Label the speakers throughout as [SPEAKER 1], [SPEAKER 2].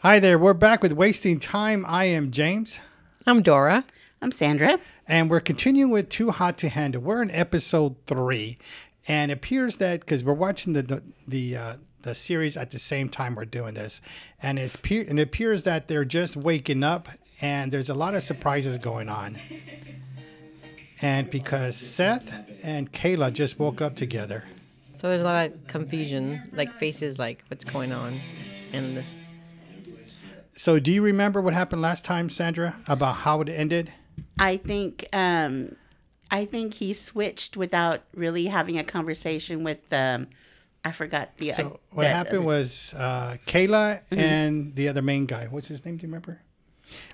[SPEAKER 1] Hi there. We're back with Wasting Time. I am James,
[SPEAKER 2] I'm Dora.
[SPEAKER 3] I'm Sandra.
[SPEAKER 1] and we're continuing with Too Hot to Handle. We're in episode three, and it appears that because we're watching the the the, uh, the series at the same time we're doing this, and it's pe- and it appears that they're just waking up, and there's a lot of surprises going on. And because Seth and Kayla just woke up together,
[SPEAKER 2] So there's a lot of confusion, like faces, like what's going on, and
[SPEAKER 1] so do you remember what happened last time, Sandra, about how it ended?
[SPEAKER 3] I think um, I think he switched without really having a conversation with um, I forgot the.
[SPEAKER 1] So what happened was uh, Kayla and the other main guy. What's his name? Do you remember?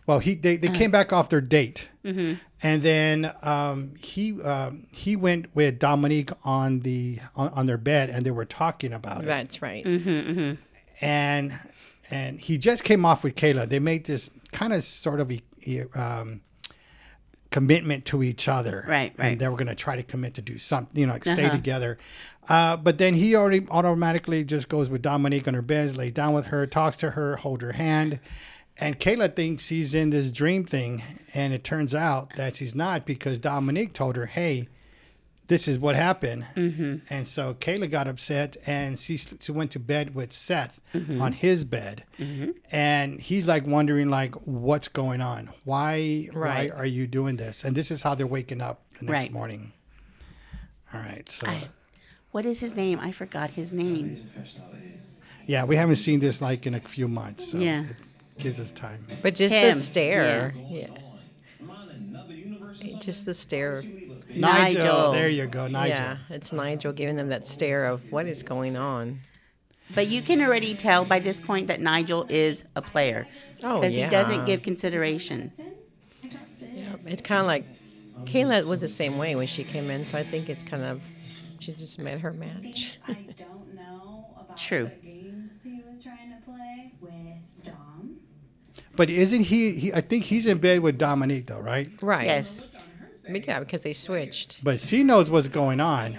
[SPEAKER 1] Well, he they, they came back off their date, and then um, he um, he went with Dominique on the on, on their bed, and they were talking about it.
[SPEAKER 2] that's right.
[SPEAKER 1] And and he just came off with Kayla. They made this kind of sort of e- e- um, commitment to each other,
[SPEAKER 3] Right, right. Uh-huh.
[SPEAKER 1] And they were going to try to commit to do something, you know, like stay together. Uh, but then he already automatically just goes with Dominique on her bed, lay down with her, talks to her, hold her hand. And Kayla thinks he's in this dream thing. And it turns out that she's not because Dominique told her, hey, this is what happened. And so Kayla got upset and she, s- she went to bed with Seth on his bed. And he's like wondering, like, what's going on? Why,
[SPEAKER 2] Right.
[SPEAKER 1] why are you doing this? And this is how they're waking up the next
[SPEAKER 3] Right.
[SPEAKER 1] morning. All right. So.
[SPEAKER 3] What is his name? I forgot his name.
[SPEAKER 1] Yeah, we haven't seen this like in a few months. So
[SPEAKER 3] Yeah.
[SPEAKER 1] It gives us time.
[SPEAKER 2] But just
[SPEAKER 3] Him,
[SPEAKER 2] the stare, yeah. It- Just the stare.
[SPEAKER 1] Nigel.
[SPEAKER 3] Nigel.
[SPEAKER 1] There you go, Nigel.
[SPEAKER 2] Yeah, it's Nigel giving them that stare of what is going on.
[SPEAKER 3] But you can already tell by this point that Nigel is a player
[SPEAKER 2] Oh,
[SPEAKER 3] because
[SPEAKER 2] yeah.
[SPEAKER 3] he doesn't give consideration.
[SPEAKER 2] Yeah, it's kind of like Kayla was the same way when she came in, so I think it's kind of she just met her match.
[SPEAKER 4] I don't know about
[SPEAKER 3] True.
[SPEAKER 4] the games he was trying to play with Dom.
[SPEAKER 1] But isn't he, he? I think he's in bed with Dominique though, right?
[SPEAKER 2] Right.
[SPEAKER 3] Yes.
[SPEAKER 2] Yeah, because they switched.
[SPEAKER 1] But she knows what's going on.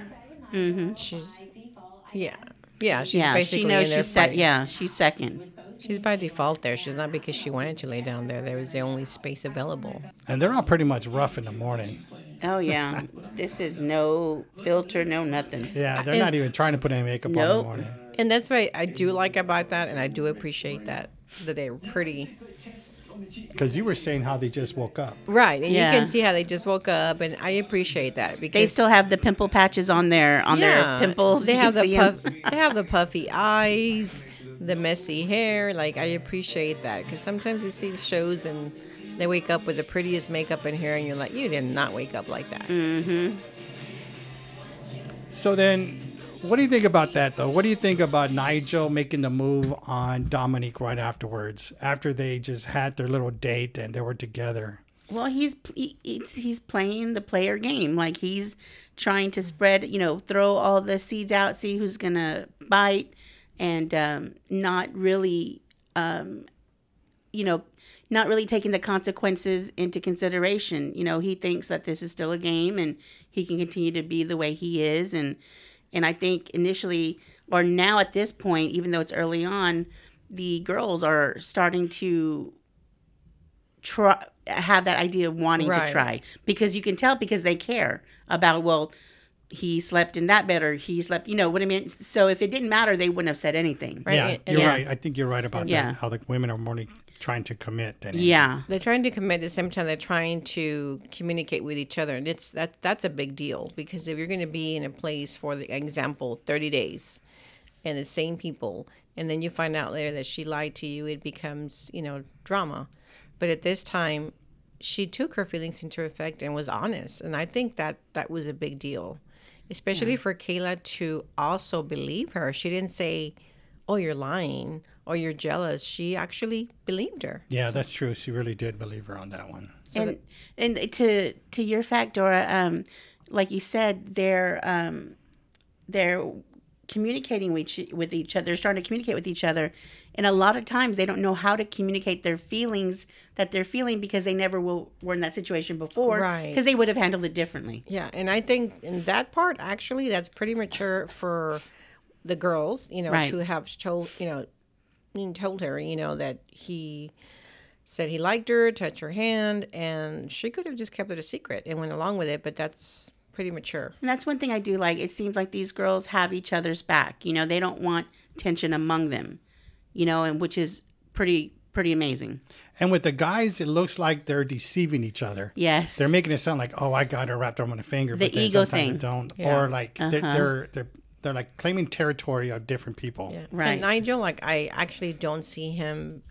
[SPEAKER 2] She's
[SPEAKER 4] By default, I
[SPEAKER 2] yeah, yeah. She's
[SPEAKER 3] yeah.
[SPEAKER 2] basically
[SPEAKER 3] She
[SPEAKER 2] in
[SPEAKER 3] knows
[SPEAKER 2] there
[SPEAKER 3] she's sec-
[SPEAKER 2] fighting.
[SPEAKER 3] yeah, she's second.
[SPEAKER 2] She's by default there. She's not because she wanted to lay down there. There was the only space available.
[SPEAKER 1] And they're all pretty much rough in the morning.
[SPEAKER 3] Oh yeah. this is no filter, no nothing.
[SPEAKER 1] Yeah, they're
[SPEAKER 2] And-
[SPEAKER 1] not even trying to put any makeup on in the
[SPEAKER 3] Nope.
[SPEAKER 1] morning.
[SPEAKER 2] And that's what I do like about that, and I do appreciate that that they're pretty.
[SPEAKER 1] Because you were saying how they just woke up.
[SPEAKER 2] Right, and
[SPEAKER 3] Yeah.
[SPEAKER 2] you can see how they just woke up, and I appreciate that because
[SPEAKER 3] They still have the pimple patches on their on
[SPEAKER 2] Yeah,
[SPEAKER 3] their pimples.
[SPEAKER 2] They
[SPEAKER 3] You
[SPEAKER 2] have
[SPEAKER 3] can
[SPEAKER 2] the
[SPEAKER 3] see 'em.
[SPEAKER 2] puff, they have the puffy eyes, the messy hair. Like I appreciate that because sometimes you see shows and they wake up with the prettiest makeup and hair, and you're like, you did not wake up like that.
[SPEAKER 1] So then, what do you think about that though? What do you think about Nigel making the move on Dominique right afterwards, after they just had their little date and they were together?
[SPEAKER 3] Well, he's pl- he- it's, he's playing the player game. Like he's trying to spread, you know, throw all the seeds out, see who's gonna bite, and um, not really, um, you know, not really taking the consequences into consideration. You know, he thinks that this is still a game, and he can continue to be the way he is. And and I think initially, or now at this point, even though it's early on, the girls are starting to try have that idea of wanting
[SPEAKER 2] Right.
[SPEAKER 3] to try because you can tell because they care about well he slept in that bed or he slept you know what i mean so if it didn't matter they wouldn't have said anything
[SPEAKER 2] Right.
[SPEAKER 1] Yeah,
[SPEAKER 2] and-
[SPEAKER 1] you're
[SPEAKER 3] yeah.
[SPEAKER 1] right. I think you're right about
[SPEAKER 3] Yeah.
[SPEAKER 1] that. How the women are more trying to commit than anything.
[SPEAKER 3] yeah
[SPEAKER 2] They're trying to commit at the same time they're trying to communicate with each other, and it's that that's a big deal because if you're going to be in a place for the example, thirty days, and the same people, and then you find out later that she lied to you, it becomes you know drama. But at this time, she took her feelings into effect and was honest, and I think that that was a big deal, especially for Kayla to also believe her. She didn't say, "Oh, you're lying." Or you're jealous. She actually believed her.
[SPEAKER 1] Yeah, that's true. She really did believe her on that one.
[SPEAKER 3] and and to to your fact, Dora, um, like you said, they're um, they're communicating with each, with each other, starting to communicate with each other, and a lot of times they don't know how to communicate their feelings that they're feeling because they never will, were in that situation before,
[SPEAKER 2] Right.
[SPEAKER 3] Because they would have handled it differently.
[SPEAKER 2] Yeah, and I think in that part, actually, that's pretty mature for the girls, you know,
[SPEAKER 3] Right.
[SPEAKER 2] to have told, you know, and told her, you know, that he said he liked her, touched her hand, and she could have just kept it a secret and went along with it, but that's pretty mature.
[SPEAKER 3] And that's one thing I do like. It seems like these girls have each other's back. You know, they don't want tension among them. You know, and which is pretty pretty amazing.
[SPEAKER 1] And with the guys, it looks like they're deceiving each other.
[SPEAKER 3] Yes.
[SPEAKER 1] They're making it sound like, oh, I got her wrapped around my finger.
[SPEAKER 3] The
[SPEAKER 1] but then
[SPEAKER 3] ego
[SPEAKER 1] sometimes
[SPEAKER 3] thing. Uh-huh.
[SPEAKER 1] They don't.
[SPEAKER 2] Yeah.
[SPEAKER 1] Or like they're, they're they're they're like claiming territory of different people.
[SPEAKER 2] Yeah.
[SPEAKER 3] Right.
[SPEAKER 2] And Nigel, like I actually don't see him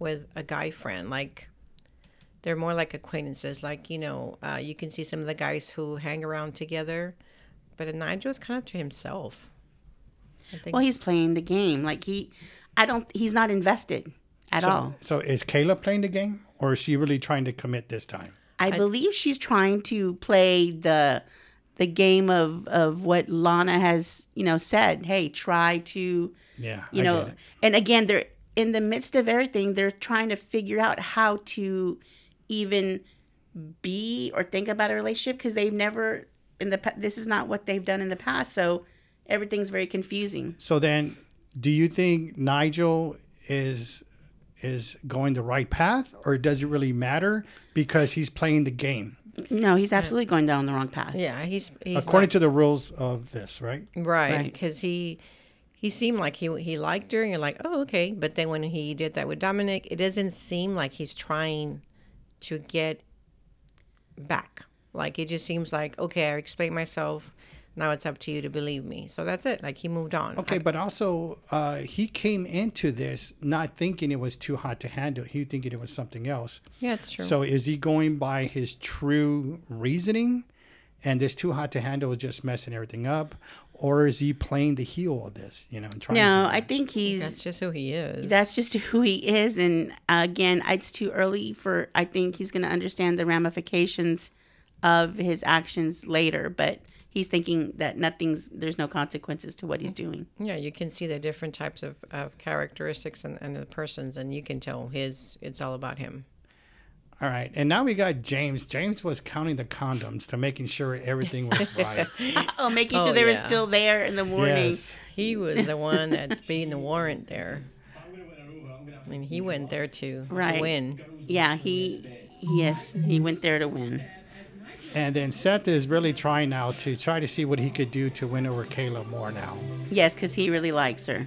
[SPEAKER 2] with a guy friend. Like they're more like acquaintances. Like you know, uh, you can see some of the guys who hang around together, but Nigel's kind of to himself.
[SPEAKER 3] well, he's playing the game. Like he I don't he's not invested at all.
[SPEAKER 1] So is Kayla playing the game, or is she really trying to commit this time?
[SPEAKER 3] I, believe she's trying to play the the game of of what Lana has, you know, said. Hey, try to
[SPEAKER 1] Yeah.
[SPEAKER 3] you
[SPEAKER 1] I
[SPEAKER 3] know
[SPEAKER 1] get it.
[SPEAKER 3] and again they're in the midst of everything they're trying to figure out how to even be or think about a relationship because they've never in the pa- this is not what they've done in the past so everything's very confusing
[SPEAKER 1] So then, do you think Nigel is is going the right path, or does it really matter because he's playing the game
[SPEAKER 3] no he's absolutely going down the wrong path
[SPEAKER 2] Yeah, he's he's
[SPEAKER 1] according to the rules of this, right?
[SPEAKER 3] Uh-huh.
[SPEAKER 2] not, right
[SPEAKER 3] Right.
[SPEAKER 2] because he he seemed like he he liked her, and you're like, oh okay. But then when he did that with Dominic, it doesn't seem like he's trying to get back. Like it just seems like okay, I explained myself. Now it's up to you to believe me. So that's it. Like he moved on.
[SPEAKER 1] Okay, but also uh, he came into this not thinking it was too hot to handle. He thinking it was something else.
[SPEAKER 2] Yeah, it's true.
[SPEAKER 1] So is he going by his true reasoning, and this too hot to handle is just messing everything up, or is he playing the heel of this? You know, and trying.
[SPEAKER 3] no
[SPEAKER 1] to,
[SPEAKER 3] i think he's
[SPEAKER 2] that's just who he is.
[SPEAKER 3] that's just who he is and uh, again it's too early for i think he's going to understand the ramifications of his actions later but he's thinking that nothing's there's no consequences to what he's doing
[SPEAKER 2] yeah, you can see the different types of, of characteristics and, and the persons, and you can tell his, it's all about him.
[SPEAKER 1] All right, and now we got James. James was counting the condoms to making sure everything was right.
[SPEAKER 3] Oh, making
[SPEAKER 2] Oh,
[SPEAKER 3] sure they were
[SPEAKER 2] yeah.
[SPEAKER 3] still there in the morning.
[SPEAKER 1] yes.
[SPEAKER 2] He was the one that's beating the warrant there. I mean, he went there to,
[SPEAKER 3] Right.
[SPEAKER 2] to win.
[SPEAKER 3] Yeah, he yes, he went there to win.
[SPEAKER 1] And then Seth is really trying now to try to see what he could do to win over Kayla more now.
[SPEAKER 3] Yes, because he really likes her.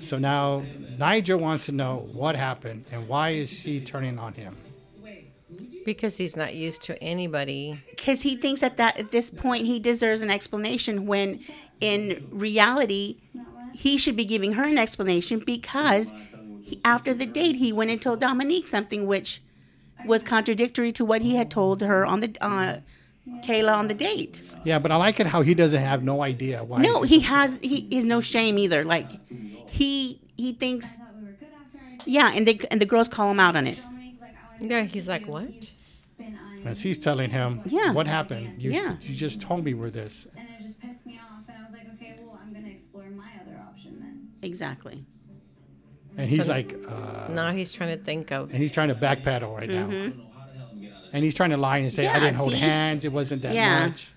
[SPEAKER 1] So now Nigel wants to know what happened and why is she turning on him?
[SPEAKER 2] Because he's not used to anybody.
[SPEAKER 3] Because he thinks at that at this point he deserves an explanation. When in reality, he should be giving her an explanation because he, after the date he went and told Dominique something which was contradictory to what he had told her on the uh, Kayla on the date.
[SPEAKER 1] Yeah, but I like it how he doesn't have no idea why.
[SPEAKER 3] No,
[SPEAKER 1] she's
[SPEAKER 3] he
[SPEAKER 1] upset.
[SPEAKER 3] has he is no shame either. Like he he thinks
[SPEAKER 4] Thought we were good after I told
[SPEAKER 3] yeah, and they and the girls call him out on it.
[SPEAKER 4] Dominique's like, I wanna
[SPEAKER 2] Yeah,
[SPEAKER 4] talk to
[SPEAKER 2] he's like,
[SPEAKER 4] you.
[SPEAKER 2] what?
[SPEAKER 4] You've been eyeing
[SPEAKER 1] And
[SPEAKER 4] me.
[SPEAKER 1] she's telling him,
[SPEAKER 3] Yeah.
[SPEAKER 1] what happened? You,
[SPEAKER 3] Yeah.
[SPEAKER 1] you just told me we're this.
[SPEAKER 4] And it just pissed me off. And I was like, okay, well, I'm gonna explore my other option then.
[SPEAKER 3] Exactly.
[SPEAKER 1] And he's like, uh,
[SPEAKER 2] Now he's trying to think of.
[SPEAKER 1] and he's trying to backpedal right now. And he's trying to lie and say, I
[SPEAKER 3] Mm-hmm. Yeah,
[SPEAKER 1] didn't hold
[SPEAKER 3] see?
[SPEAKER 1] hands. It wasn't that
[SPEAKER 3] Yeah.
[SPEAKER 1] much.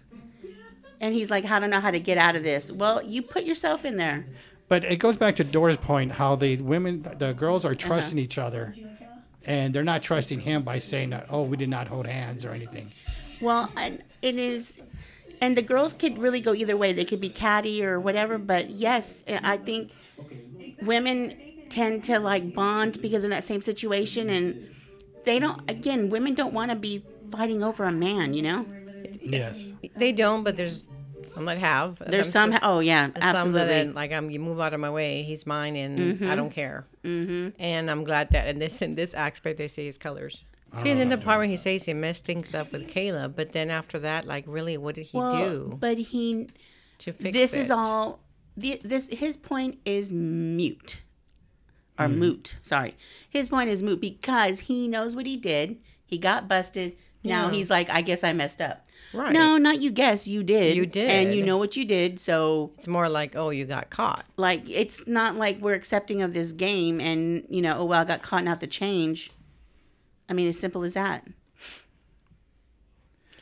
[SPEAKER 3] And he's like, I don't know how to get out of this. Well, you put yourself in there.
[SPEAKER 1] But it goes back to Dora's point how the women, the girls are
[SPEAKER 3] Uh-huh.
[SPEAKER 1] trusting each other. And they're not trusting him by saying that, oh, we did not hold hands or anything.
[SPEAKER 3] Well, and it is, and the girls could really go either way. They could be catty or whatever. But yes, I think women tend to like bond because they're in that same situation, and they don't. Again, women don't want to be fighting over a man. You know,
[SPEAKER 1] Yes.
[SPEAKER 2] They don't, but there's some that have.
[SPEAKER 3] there's
[SPEAKER 2] I'm
[SPEAKER 3] some.
[SPEAKER 2] so-
[SPEAKER 3] Oh yeah,
[SPEAKER 2] And some that,
[SPEAKER 3] absolutely.
[SPEAKER 2] like I'm you move out of my way he's mine and i don't care mm-hmm. and i'm glad that and this in this aspect they see his colors see and in the part where he says he messed things up with kayla but then after that like really what did he do
[SPEAKER 3] but he
[SPEAKER 2] to fix
[SPEAKER 3] this is
[SPEAKER 2] it?
[SPEAKER 3] all the, this his point is mute or
[SPEAKER 2] Hmm.
[SPEAKER 3] moot sorry his point is moot because he knows what he did he got busted now
[SPEAKER 2] Yeah.
[SPEAKER 3] he's like i guess i messed up
[SPEAKER 2] Right.
[SPEAKER 3] no not you guess you did
[SPEAKER 2] You
[SPEAKER 3] and you
[SPEAKER 2] did.
[SPEAKER 3] know what you did so
[SPEAKER 2] it's more like oh you got caught
[SPEAKER 3] like it's not like we're accepting of this game and you know oh well i got caught and I have to change i mean as simple as that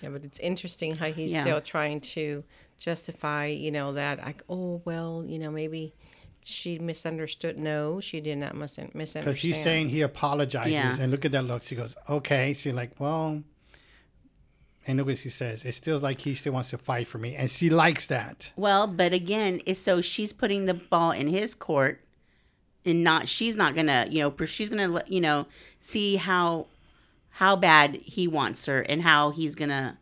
[SPEAKER 2] yeah but it's interesting how he's
[SPEAKER 3] Yeah.
[SPEAKER 2] still trying to justify you know that like oh well you know maybe She misunderstood. No, she did not mis- misunderstand.
[SPEAKER 1] Because he's saying he apologizes,
[SPEAKER 3] Yeah.
[SPEAKER 1] and look at that look. She goes, "Okay." She's like, "Well," and look what she says. It feels like he still wants to fight for me, and she likes that.
[SPEAKER 3] Well, but again, it's so she's putting the ball in his court, and not she's not gonna you know per- she's gonna let- you know see how how bad he wants her and how he's gonna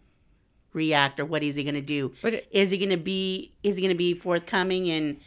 [SPEAKER 3] react or what is he gonna do?
[SPEAKER 2] But
[SPEAKER 3] Is
[SPEAKER 2] it-
[SPEAKER 3] he gonna be is he gonna be forthcoming and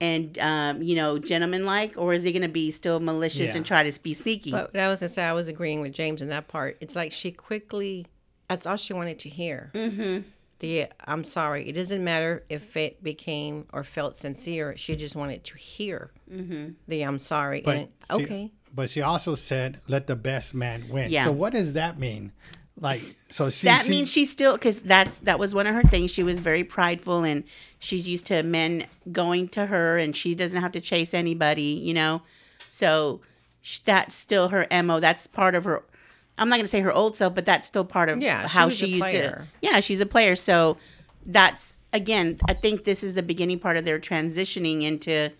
[SPEAKER 3] and um, you know gentleman like or is he gonna be still malicious
[SPEAKER 1] Yeah.
[SPEAKER 3] and try to be sneaky?
[SPEAKER 2] But what I was gonna say, I was agreeing with James in that part. It's like she quickly. That's all she wanted to hear. Mm-hmm. The I'm sorry. It doesn't matter if it became or felt sincere. She just wanted to hear
[SPEAKER 3] Mm-hmm.
[SPEAKER 2] the I'm sorry.
[SPEAKER 1] But
[SPEAKER 2] and
[SPEAKER 1] she,
[SPEAKER 2] okay.
[SPEAKER 1] But she also said, "Let the best man win."
[SPEAKER 3] Yeah.
[SPEAKER 1] So what does that mean? Like, so she
[SPEAKER 3] that
[SPEAKER 1] she-
[SPEAKER 3] means she's still because that's that was one of her things she was very prideful and she's used to men going to her and she doesn't have to chase anybody you know so sh- that's still her mo that's part of her i'm not going to say her old self but that's still part of
[SPEAKER 2] Yeah, she
[SPEAKER 3] how
[SPEAKER 2] was
[SPEAKER 3] she
[SPEAKER 2] a
[SPEAKER 3] used
[SPEAKER 2] player.
[SPEAKER 3] to yeah she's a player so that's again i think this is the beginning part of their transitioning into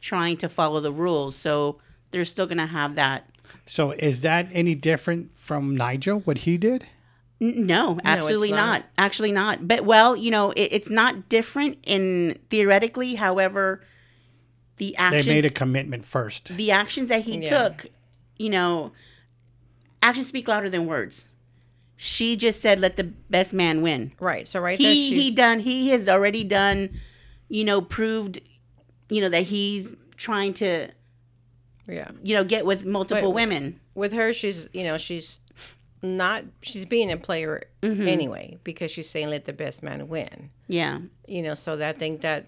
[SPEAKER 3] trying to follow the rules so they're still going to have that
[SPEAKER 1] So is that any different from Nigel? What he did?
[SPEAKER 3] N- No, absolutely
[SPEAKER 2] not.
[SPEAKER 3] not. Actually, not. But well, you know, it, it's not different in theoretically. However, the
[SPEAKER 1] They
[SPEAKER 3] actions
[SPEAKER 1] made a commitment first.
[SPEAKER 3] the actions that he
[SPEAKER 2] Yeah.
[SPEAKER 3] took, you know, actions speak louder than words. She just said, "Let the best man win."
[SPEAKER 2] Right. So right there,
[SPEAKER 3] He
[SPEAKER 2] she's,
[SPEAKER 3] he done. He has already done. You know, proved. You know that he's trying to
[SPEAKER 2] Yeah.
[SPEAKER 3] you know get with multiple women.
[SPEAKER 2] with her she's you know she's not she's being a player
[SPEAKER 3] Mm-hmm.
[SPEAKER 2] anyway because she's saying let the best man win
[SPEAKER 3] Yeah,
[SPEAKER 2] you know so that I think that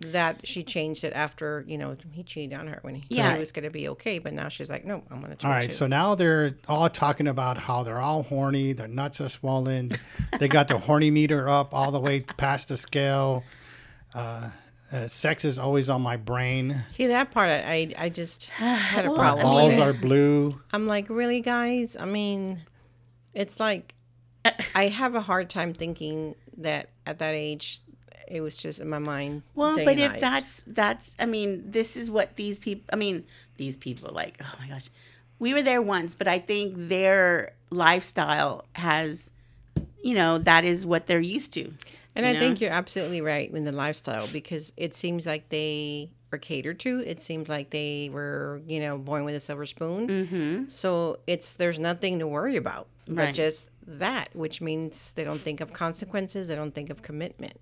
[SPEAKER 2] that she changed it after you know he cheated on her when he yeah.
[SPEAKER 3] Yeah.
[SPEAKER 2] it was going to be okay but now she's like no i'm going to try
[SPEAKER 1] All right,
[SPEAKER 2] to
[SPEAKER 1] so now they're all talking about how they're all horny, their nuts are swollen, they got the horny meter up all the way past the scale. Uh, uh, sex is always on my brain.
[SPEAKER 2] see that part i i, I just had a
[SPEAKER 3] Well,
[SPEAKER 2] problem
[SPEAKER 3] I mean-
[SPEAKER 1] Balls are blue.
[SPEAKER 2] i'm like really guys i mean it's like i have a hard time thinking that at that age it was just in my mind
[SPEAKER 3] Well,
[SPEAKER 2] day
[SPEAKER 3] but
[SPEAKER 2] and
[SPEAKER 3] if
[SPEAKER 2] night.
[SPEAKER 3] that's that's, I mean, this is what these people. I mean, these people like, oh my gosh, we were there once, but I think their lifestyle has, you know, that is what they're used to.
[SPEAKER 2] And I
[SPEAKER 3] know?
[SPEAKER 2] think you're absolutely right in the lifestyle because it seems like they were catered to. It seems like they were, you know, born with a silver spoon. Mm-hmm. So it's there's nothing to worry about but
[SPEAKER 3] Right.
[SPEAKER 2] just that, which means they don't think of consequences. They don't think of commitment.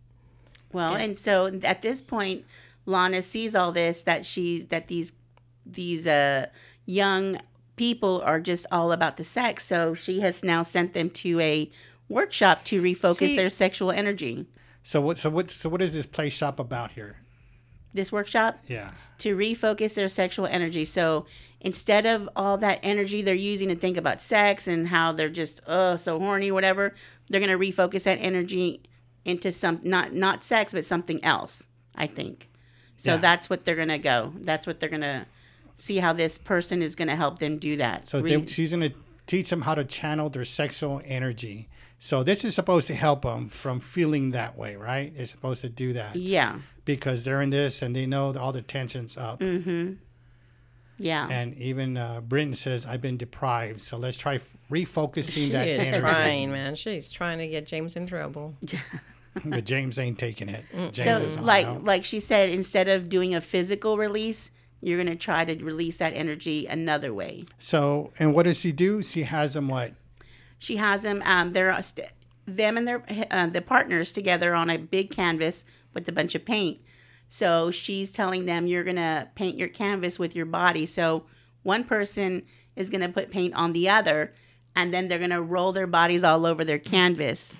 [SPEAKER 3] Well, and so at this point, Lana sees all this that she's that these these uh young people are just all about the sex. So she has now sent them to a workshop to refocus
[SPEAKER 2] See-
[SPEAKER 3] their sexual energy.
[SPEAKER 1] So what? So what? So what is this play shop about here?
[SPEAKER 3] This workshop
[SPEAKER 1] Yeah.
[SPEAKER 3] to refocus their sexual energy. So instead of all that energy they're using to think about sex and how they're just oh so horny whatever, they're gonna refocus that energy into some not not sex but something else. I think. So
[SPEAKER 1] Yeah.
[SPEAKER 3] that's what they're gonna go. That's what they're gonna see how this person is gonna help them do that.
[SPEAKER 1] So
[SPEAKER 3] Re-
[SPEAKER 1] they, she's gonna teach them how to channel their sexual energy. So this is supposed to help them from feeling that way, right? It's supposed to do that
[SPEAKER 3] yeah,
[SPEAKER 1] because they're in this and they know all the tensions up.
[SPEAKER 2] Mm-hmm.
[SPEAKER 3] yeah.
[SPEAKER 1] And even uh, Britton says, I've been deprived. So let's try refocusing
[SPEAKER 2] She
[SPEAKER 1] that
[SPEAKER 2] is
[SPEAKER 1] energy.
[SPEAKER 2] trying, man. She's trying to get James in trouble.
[SPEAKER 1] But James ain't taking it.
[SPEAKER 2] Mm.
[SPEAKER 1] James
[SPEAKER 3] so
[SPEAKER 1] is on
[SPEAKER 3] like
[SPEAKER 1] out.
[SPEAKER 3] like she said, instead of doing a physical release, you're gonna try to release that energy another way.
[SPEAKER 1] So, and what does she do? She has him what?
[SPEAKER 3] She has them. Um, they're uh, st- them and their uh, the partners together on a big canvas with a bunch of paint. So she's telling them you're gonna paint your canvas with your body. So one person is gonna put paint on the other, and then they're gonna roll their bodies all over their canvas,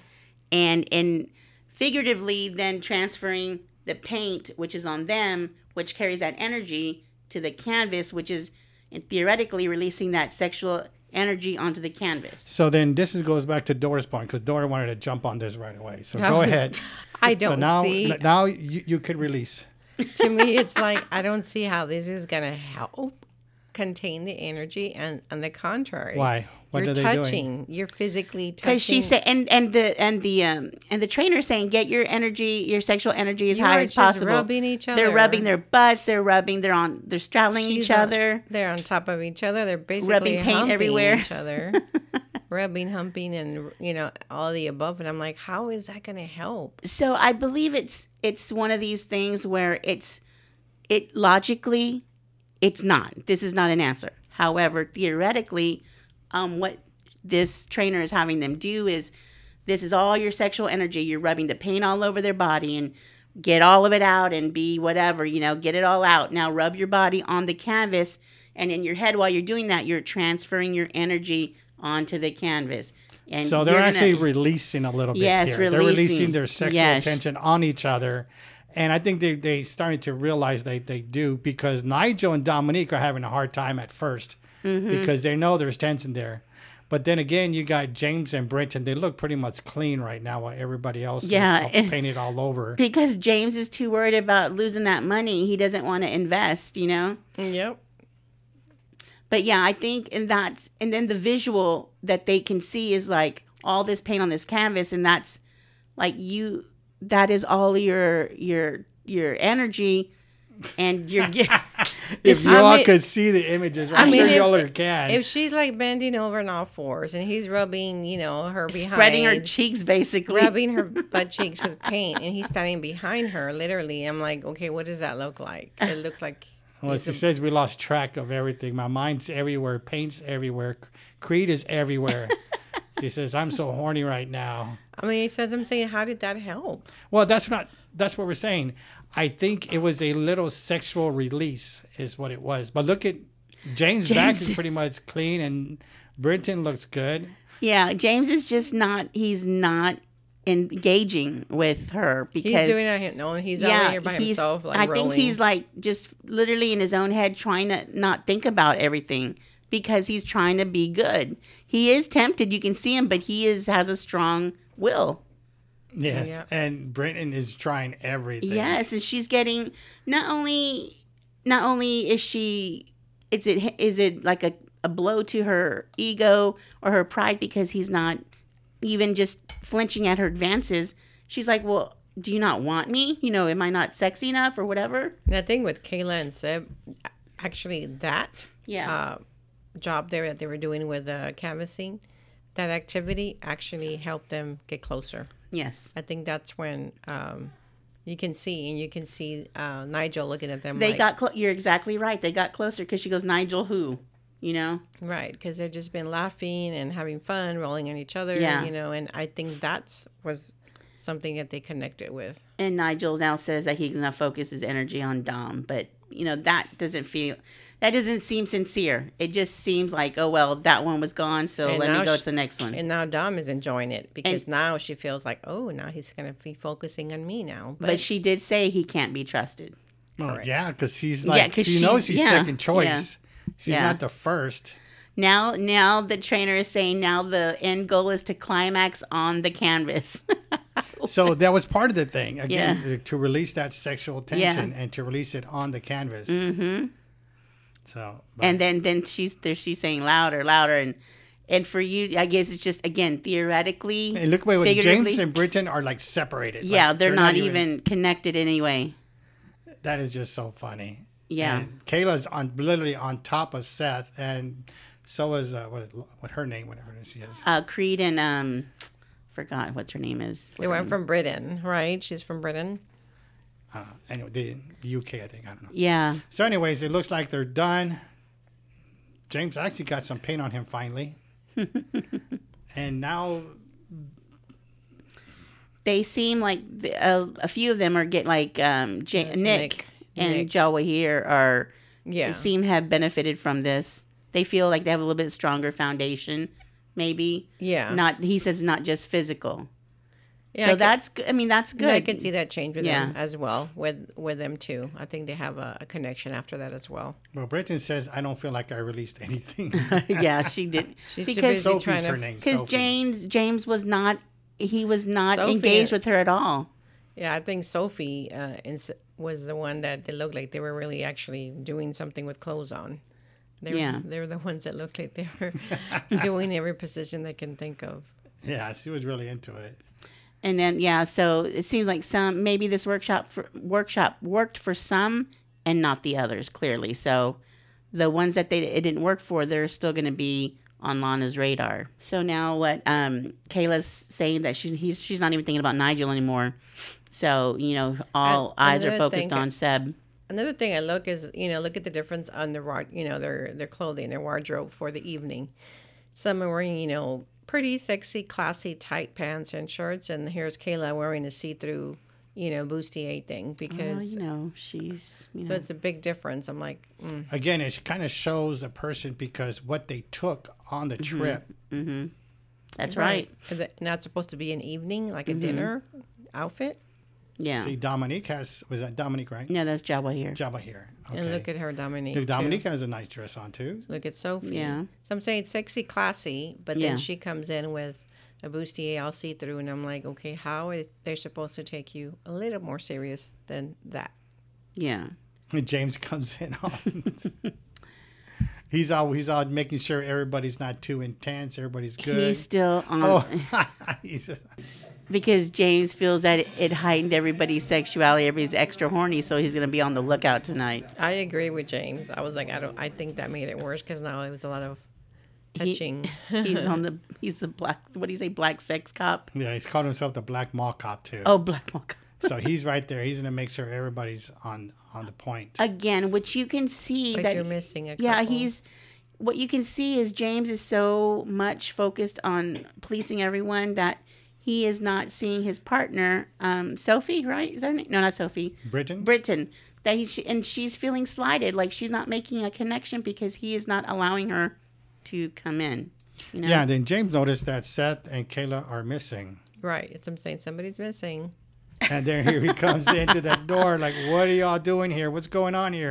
[SPEAKER 3] and in figuratively then transferring the paint which is on them, which carries that energy to the canvas, which is theoretically releasing that sexual energy onto the canvas.
[SPEAKER 1] So then this is, goes back to Dora's point because Dora wanted to jump on this right away. So
[SPEAKER 2] I
[SPEAKER 1] go
[SPEAKER 2] was-
[SPEAKER 1] ahead.
[SPEAKER 2] I
[SPEAKER 1] So
[SPEAKER 2] don't
[SPEAKER 1] now,
[SPEAKER 2] see.
[SPEAKER 1] now you, you could release.
[SPEAKER 2] to me, it's like I don't see how this is gonna help contain the energy, and on the contrary,
[SPEAKER 1] Why? What
[SPEAKER 2] you're
[SPEAKER 1] are they doing?
[SPEAKER 2] touching. You're physically touching.
[SPEAKER 3] Because she said, and and the and the um and the trainer saying, get your energy, your sexual energy as
[SPEAKER 2] You
[SPEAKER 3] high
[SPEAKER 2] are
[SPEAKER 3] as
[SPEAKER 2] just
[SPEAKER 3] possible.
[SPEAKER 2] rubbing each
[SPEAKER 3] They're
[SPEAKER 2] other.
[SPEAKER 3] rubbing their butts. They're rubbing. They're on. They're straddling
[SPEAKER 2] She's
[SPEAKER 3] each
[SPEAKER 2] on-
[SPEAKER 3] other.
[SPEAKER 2] They're on top of each other. They're basically
[SPEAKER 3] Rubbing paint
[SPEAKER 2] humping
[SPEAKER 3] everywhere.
[SPEAKER 2] Each other, rubbing, humping, and you know all the above. And I'm like, how is that going to help?
[SPEAKER 3] So I believe it's it's one of these things where it's it logically, it's not. This is not an answer. However, theoretically, um, what this trainer is having them do is this is all your sexual energy. You're rubbing the paint all over their body and get all of it out and be whatever, you know, get it all out. Now rub your body on the canvas and in your head while you're doing that, you're transferring your energy onto the canvas. And
[SPEAKER 1] so they're
[SPEAKER 3] you're gonna-
[SPEAKER 1] actually releasing a little bit
[SPEAKER 3] Yes,
[SPEAKER 1] here. They're
[SPEAKER 3] releasing.
[SPEAKER 1] releasing their sexual
[SPEAKER 3] Yes.
[SPEAKER 1] tension on each other. And I think they they starting to realize they, they do because Nigel and Dominique are having a hard time at 1st because they know there's tension there. But then again, you got James and Brenton. They look pretty much clean right now while everybody else
[SPEAKER 3] Yeah,
[SPEAKER 1] is all
[SPEAKER 3] and-
[SPEAKER 1] painted all over.
[SPEAKER 3] because James is too worried about losing that money. He doesn't want to invest, you know?
[SPEAKER 2] Yep.
[SPEAKER 3] But yeah, I think and that's and then the visual that they can see is like all this paint on this canvas and that's like you that is all your your your energy and your
[SPEAKER 1] If you
[SPEAKER 2] I
[SPEAKER 1] all
[SPEAKER 2] mean-
[SPEAKER 1] could see the images, I'm
[SPEAKER 2] mean,
[SPEAKER 1] sure you
[SPEAKER 2] if-
[SPEAKER 1] all are can.
[SPEAKER 2] If she's like bending over on all fours and he's rubbing, you know, her behind,
[SPEAKER 3] spreading her cheeks basically.
[SPEAKER 2] rubbing her butt cheeks with paint, and he's standing behind her, literally. I'm like, okay, what does that look like? It looks like
[SPEAKER 1] Well, she says we lost track of everything. My mind's everywhere, paint's everywhere, C- Creed is everywhere. she says I'm so horny right now.
[SPEAKER 2] I mean, so as I'm saying, how did that help?
[SPEAKER 1] Well, that's not. That's what we're saying. I think it was a little sexual release, is what it was. But look at Jane's back is
[SPEAKER 3] Jane's-
[SPEAKER 1] pretty much clean, and Brenton looks good.
[SPEAKER 3] yeah, James is just not he's not engaging with her
[SPEAKER 2] He's
[SPEAKER 3] because
[SPEAKER 2] doing it. No, he's out here by himself. Like
[SPEAKER 3] I
[SPEAKER 2] rolling.
[SPEAKER 3] think he's like just literally in his own head trying to not think about everything because he's trying to be good. He is tempted, you can see him, but he is has a strong will.
[SPEAKER 1] Yes,
[SPEAKER 2] Yeah.
[SPEAKER 1] and Brenton is trying everything.
[SPEAKER 3] Yes, and she's getting not only not only is she is it is it like a, a blow to her ego or her pride because he's not even just flinching at her advances. She's like, "Well, do you not want me? You know, am I not sexy enough or whatever?"
[SPEAKER 2] And the thing with Kayla and Seb, actually, that
[SPEAKER 3] Yeah.
[SPEAKER 2] uh, job there that they were doing with uh, canvassing, that activity actually helped them get closer.
[SPEAKER 3] Yes.
[SPEAKER 2] I think that's when um, you can see, and you can see uh, Nigel looking at them.
[SPEAKER 3] They
[SPEAKER 2] like,
[SPEAKER 3] got clo- you're exactly right. They got closer because she goes, Nigel, who, you know,
[SPEAKER 2] right because they've just been laughing and having fun, rolling on each other.
[SPEAKER 3] Yeah.
[SPEAKER 2] you know, and I think that's was something that they connected with.
[SPEAKER 3] and Nigel now says that he's gonna focus his energy on Dom, but you know that doesn't feel, that doesn't seem sincere. It just seems like, oh well, that one was gone, so
[SPEAKER 2] And
[SPEAKER 3] let
[SPEAKER 2] now
[SPEAKER 3] me go
[SPEAKER 2] she-
[SPEAKER 3] to the next one.
[SPEAKER 2] And now Dom is enjoying it because now she feels like, oh, now he's going to be focusing on me now.
[SPEAKER 3] but she did say he can't be trusted.
[SPEAKER 1] Well, yeah, because she's
[SPEAKER 3] Yeah,
[SPEAKER 1] like
[SPEAKER 3] 'cause
[SPEAKER 1] she knows
[SPEAKER 3] she's-
[SPEAKER 1] she's
[SPEAKER 3] yeah,
[SPEAKER 1] second choice. She's
[SPEAKER 3] Yeah.
[SPEAKER 1] not the first.
[SPEAKER 3] Now, now the trainer is saying now the end goal is to climax on the canvas.
[SPEAKER 1] so that was part of the thing again
[SPEAKER 3] Yeah.
[SPEAKER 1] to- to release that sexual tension and to release it on the canvas mm-hmm. so but-
[SPEAKER 3] and then then she's there she's saying louder louder and and for you i guess it's just again theoretically
[SPEAKER 1] and look wait, wait james
[SPEAKER 3] figuratively-
[SPEAKER 1] and britain are like separated Like,
[SPEAKER 3] yeah they're, not, even, connected anyway
[SPEAKER 1] that is just so funny
[SPEAKER 3] Yeah.
[SPEAKER 1] and kayla's on literally on top of seth and so is uh, what, what her name whatever she is
[SPEAKER 3] uh creed and um forgot what her name is
[SPEAKER 2] They went from Britain, right? She's from Britain.
[SPEAKER 1] uh, anyway the uk i think i don't know
[SPEAKER 3] yeah
[SPEAKER 1] so anyways it looks like they're done james actually got some paint on him finally and now
[SPEAKER 3] they seem like the, a, a few of them are get like um ja-
[SPEAKER 2] Yes,
[SPEAKER 3] nick,
[SPEAKER 2] Nick. Nick.
[SPEAKER 3] and jawahir are
[SPEAKER 2] Yeah.
[SPEAKER 3] seem have benefited from this they feel like they have a little bit stronger foundation maybe
[SPEAKER 2] Yeah.
[SPEAKER 3] not he says not just physical
[SPEAKER 2] Yeah, I
[SPEAKER 3] so
[SPEAKER 2] could-
[SPEAKER 3] that's good i mean that's good
[SPEAKER 2] I can see that change with
[SPEAKER 3] Yeah.
[SPEAKER 2] them as well, with with them too. I think they have a, a connection after that as well.
[SPEAKER 1] Well, Britton says I don't feel like I released anything.
[SPEAKER 3] yeah, she did.
[SPEAKER 2] She's too
[SPEAKER 3] because
[SPEAKER 2] busy.
[SPEAKER 1] Sophie's
[SPEAKER 2] trying to-
[SPEAKER 1] her name.
[SPEAKER 3] because
[SPEAKER 1] Sophie.
[SPEAKER 3] James James was not he was not
[SPEAKER 2] Sophie-
[SPEAKER 3] engaged with her at all.
[SPEAKER 2] Yeah, I think Sophie uh, ins- was the one that they looked like they were really actually doing something with clothes on. They're,
[SPEAKER 3] Yeah.
[SPEAKER 2] they're the ones that look like they were doing every position they can think of.
[SPEAKER 1] Yeah, she was really into it.
[SPEAKER 3] And then yeah, so it seems like some maybe this workshop for, workshop worked for some and not the others clearly. So the ones that they it didn't work for, they're still going to be on Lana's radar. So now what? Um, Kayla's saying that she's he's she's not even thinking about Nigel anymore. So you know, all
[SPEAKER 2] I-
[SPEAKER 3] eyes are
[SPEAKER 2] another
[SPEAKER 3] focused
[SPEAKER 2] thing-
[SPEAKER 3] on Seb.
[SPEAKER 2] Another thing I look is, you know, look at the difference on the wa- you know, their their clothing, their wardrobe for the evening. Some are wearing, you know, pretty sexy, classy, tight pants and shirts, and here's Kayla wearing a see-through, you know, bustier thing
[SPEAKER 3] Well,
[SPEAKER 2] because
[SPEAKER 3] you know, she's you know,
[SPEAKER 2] so it's a big difference. I'm like, mm,
[SPEAKER 1] Again, it kind of shows the person because what they took on the
[SPEAKER 2] Mm-hmm.
[SPEAKER 1] trip.
[SPEAKER 3] that's right.
[SPEAKER 2] Is it not supposed to be an evening like a dinner outfit?
[SPEAKER 3] Yeah.
[SPEAKER 1] See, Dominique has was that Dominique right?
[SPEAKER 3] no, that's Jawa here.
[SPEAKER 1] Java here. Okay.
[SPEAKER 2] And look at her, Dominique.
[SPEAKER 1] Dude,
[SPEAKER 2] too.
[SPEAKER 1] Dominique has a nice dress on too.
[SPEAKER 2] Look at Sophie.
[SPEAKER 3] Yeah.
[SPEAKER 2] So I'm saying sexy, classy, but
[SPEAKER 3] Yeah.
[SPEAKER 2] then she comes in with a bustier all see through, and I'm like, okay, how are they supposed to take you a little more serious than that?
[SPEAKER 3] Yeah.
[SPEAKER 1] And James comes in on. he's all he's all making sure everybody's not too intense. Everybody's good.
[SPEAKER 3] He's still on
[SPEAKER 1] oh, he's just,
[SPEAKER 3] because James feels that it, it heightened everybody's sexuality. Everybody's extra horny, so he's gonna be on the lookout tonight.
[SPEAKER 2] I agree with James. I was like, I don't. I think that made it worse because now it was a lot of
[SPEAKER 3] He-
[SPEAKER 2] touching.
[SPEAKER 3] He's on the he's the black. What do you say, black sex cop?
[SPEAKER 1] yeah, he's called himself the Black Mall Cop too.
[SPEAKER 3] Oh, black mall cop.
[SPEAKER 1] So he's right there. He's gonna make sure everybody's on on the
[SPEAKER 3] Uh,
[SPEAKER 1] point.
[SPEAKER 3] Again, which you can see
[SPEAKER 2] but
[SPEAKER 3] that
[SPEAKER 2] you're missing a couple.
[SPEAKER 3] yeah, he's what you can see is James is so much focused on policing everyone that he is not seeing his partner, um, Sophie. Right? Is that her name? No, not Sophie.
[SPEAKER 1] Britain.
[SPEAKER 3] Britain that he sh- and she's feeling slighted, like she's not making a connection because he is not allowing her to come in. You know?
[SPEAKER 1] yeah. Then James noticed that Seth and Kayla are missing,
[SPEAKER 2] right. It's I'm saying somebody's missing.
[SPEAKER 1] and then here he comes into that door. Like, what are y'all doing here? What's going on here?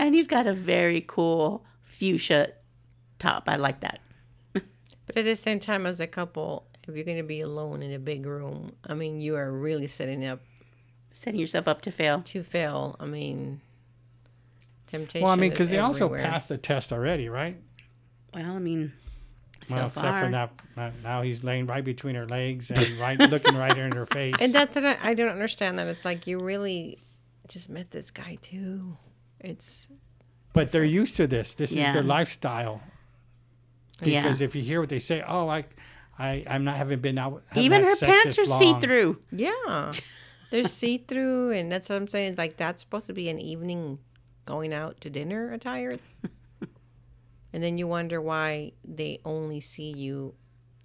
[SPEAKER 3] And he's got a very cool fuchsia top. I like that.
[SPEAKER 2] But at the same time, as a couple, if you're going to be alone in a big room, I mean, you are really setting up
[SPEAKER 3] Setting yourself up to fail.
[SPEAKER 2] to fail. I mean, temptation.
[SPEAKER 1] Well, I mean,
[SPEAKER 2] because
[SPEAKER 1] because they also passed the test already, right?
[SPEAKER 3] Well, I mean, so
[SPEAKER 1] Well,
[SPEAKER 3] far.
[SPEAKER 1] except for now, now- now he's laying right between her legs and right looking right in her face.
[SPEAKER 2] And that's what I, I don't understand. That it's like you really just met this guy too. It's
[SPEAKER 1] but they're used to this. This is
[SPEAKER 3] Yeah.
[SPEAKER 1] their lifestyle.
[SPEAKER 3] Yeah.
[SPEAKER 1] Because if you hear what they say, oh, I, I, I'm not haven't been out. haven't
[SPEAKER 3] Even
[SPEAKER 1] had
[SPEAKER 3] her
[SPEAKER 1] sex
[SPEAKER 3] pants
[SPEAKER 1] this
[SPEAKER 3] are see
[SPEAKER 1] long.
[SPEAKER 3] through.
[SPEAKER 2] yeah, they're see through, and that's what I'm saying. Like that's supposed to be an evening going out to dinner attire, and then you wonder why they only see you.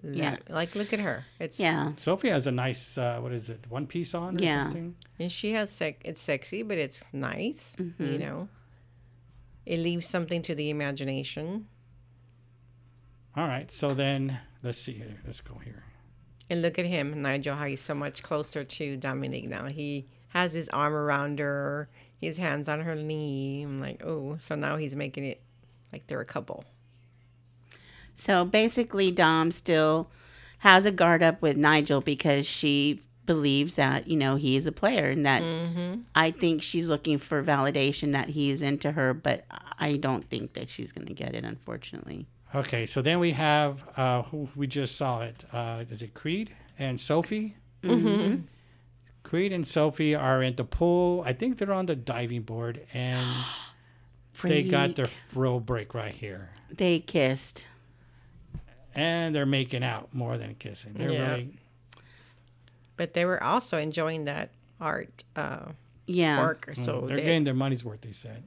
[SPEAKER 2] That,
[SPEAKER 3] Yeah.
[SPEAKER 2] like look at her. It's
[SPEAKER 3] Yeah.
[SPEAKER 1] Sophie has a nice, uh, what is it, one piece on or
[SPEAKER 3] Yeah.
[SPEAKER 1] something?
[SPEAKER 2] And she has sec- it's sexy, but it's nice,
[SPEAKER 3] Mm-hmm.
[SPEAKER 2] you know. It leaves something to the imagination.
[SPEAKER 1] All right. So then let's see here. Let's go here.
[SPEAKER 2] And look at him, Nigel, how he's so much closer to Dominique now. He has his arm around her, his hands on her knee. I'm like, oh, so now he's making it like they're a couple.
[SPEAKER 3] So basically, Dom still has a guard up with Nigel because she believes that, you know, he is a player and that
[SPEAKER 2] Mm-hmm.
[SPEAKER 3] I think she's looking for validation that he is into her, but I don't think that she's going to get it, unfortunately.
[SPEAKER 1] Okay. So then we have, uh, who we just saw it. Uh, is it Creed and Sophie? Mm-hmm. Creed and Sophie are at the pool. I think they're on the diving board and they got their real break right here.
[SPEAKER 3] They kissed.
[SPEAKER 1] and they're making out more than kissing. They're
[SPEAKER 2] Yeah.
[SPEAKER 1] really
[SPEAKER 2] But they were also enjoying that art uh,
[SPEAKER 3] Yeah.
[SPEAKER 2] work. So
[SPEAKER 1] they're
[SPEAKER 2] Oh, they-
[SPEAKER 1] getting their money's worth. They said.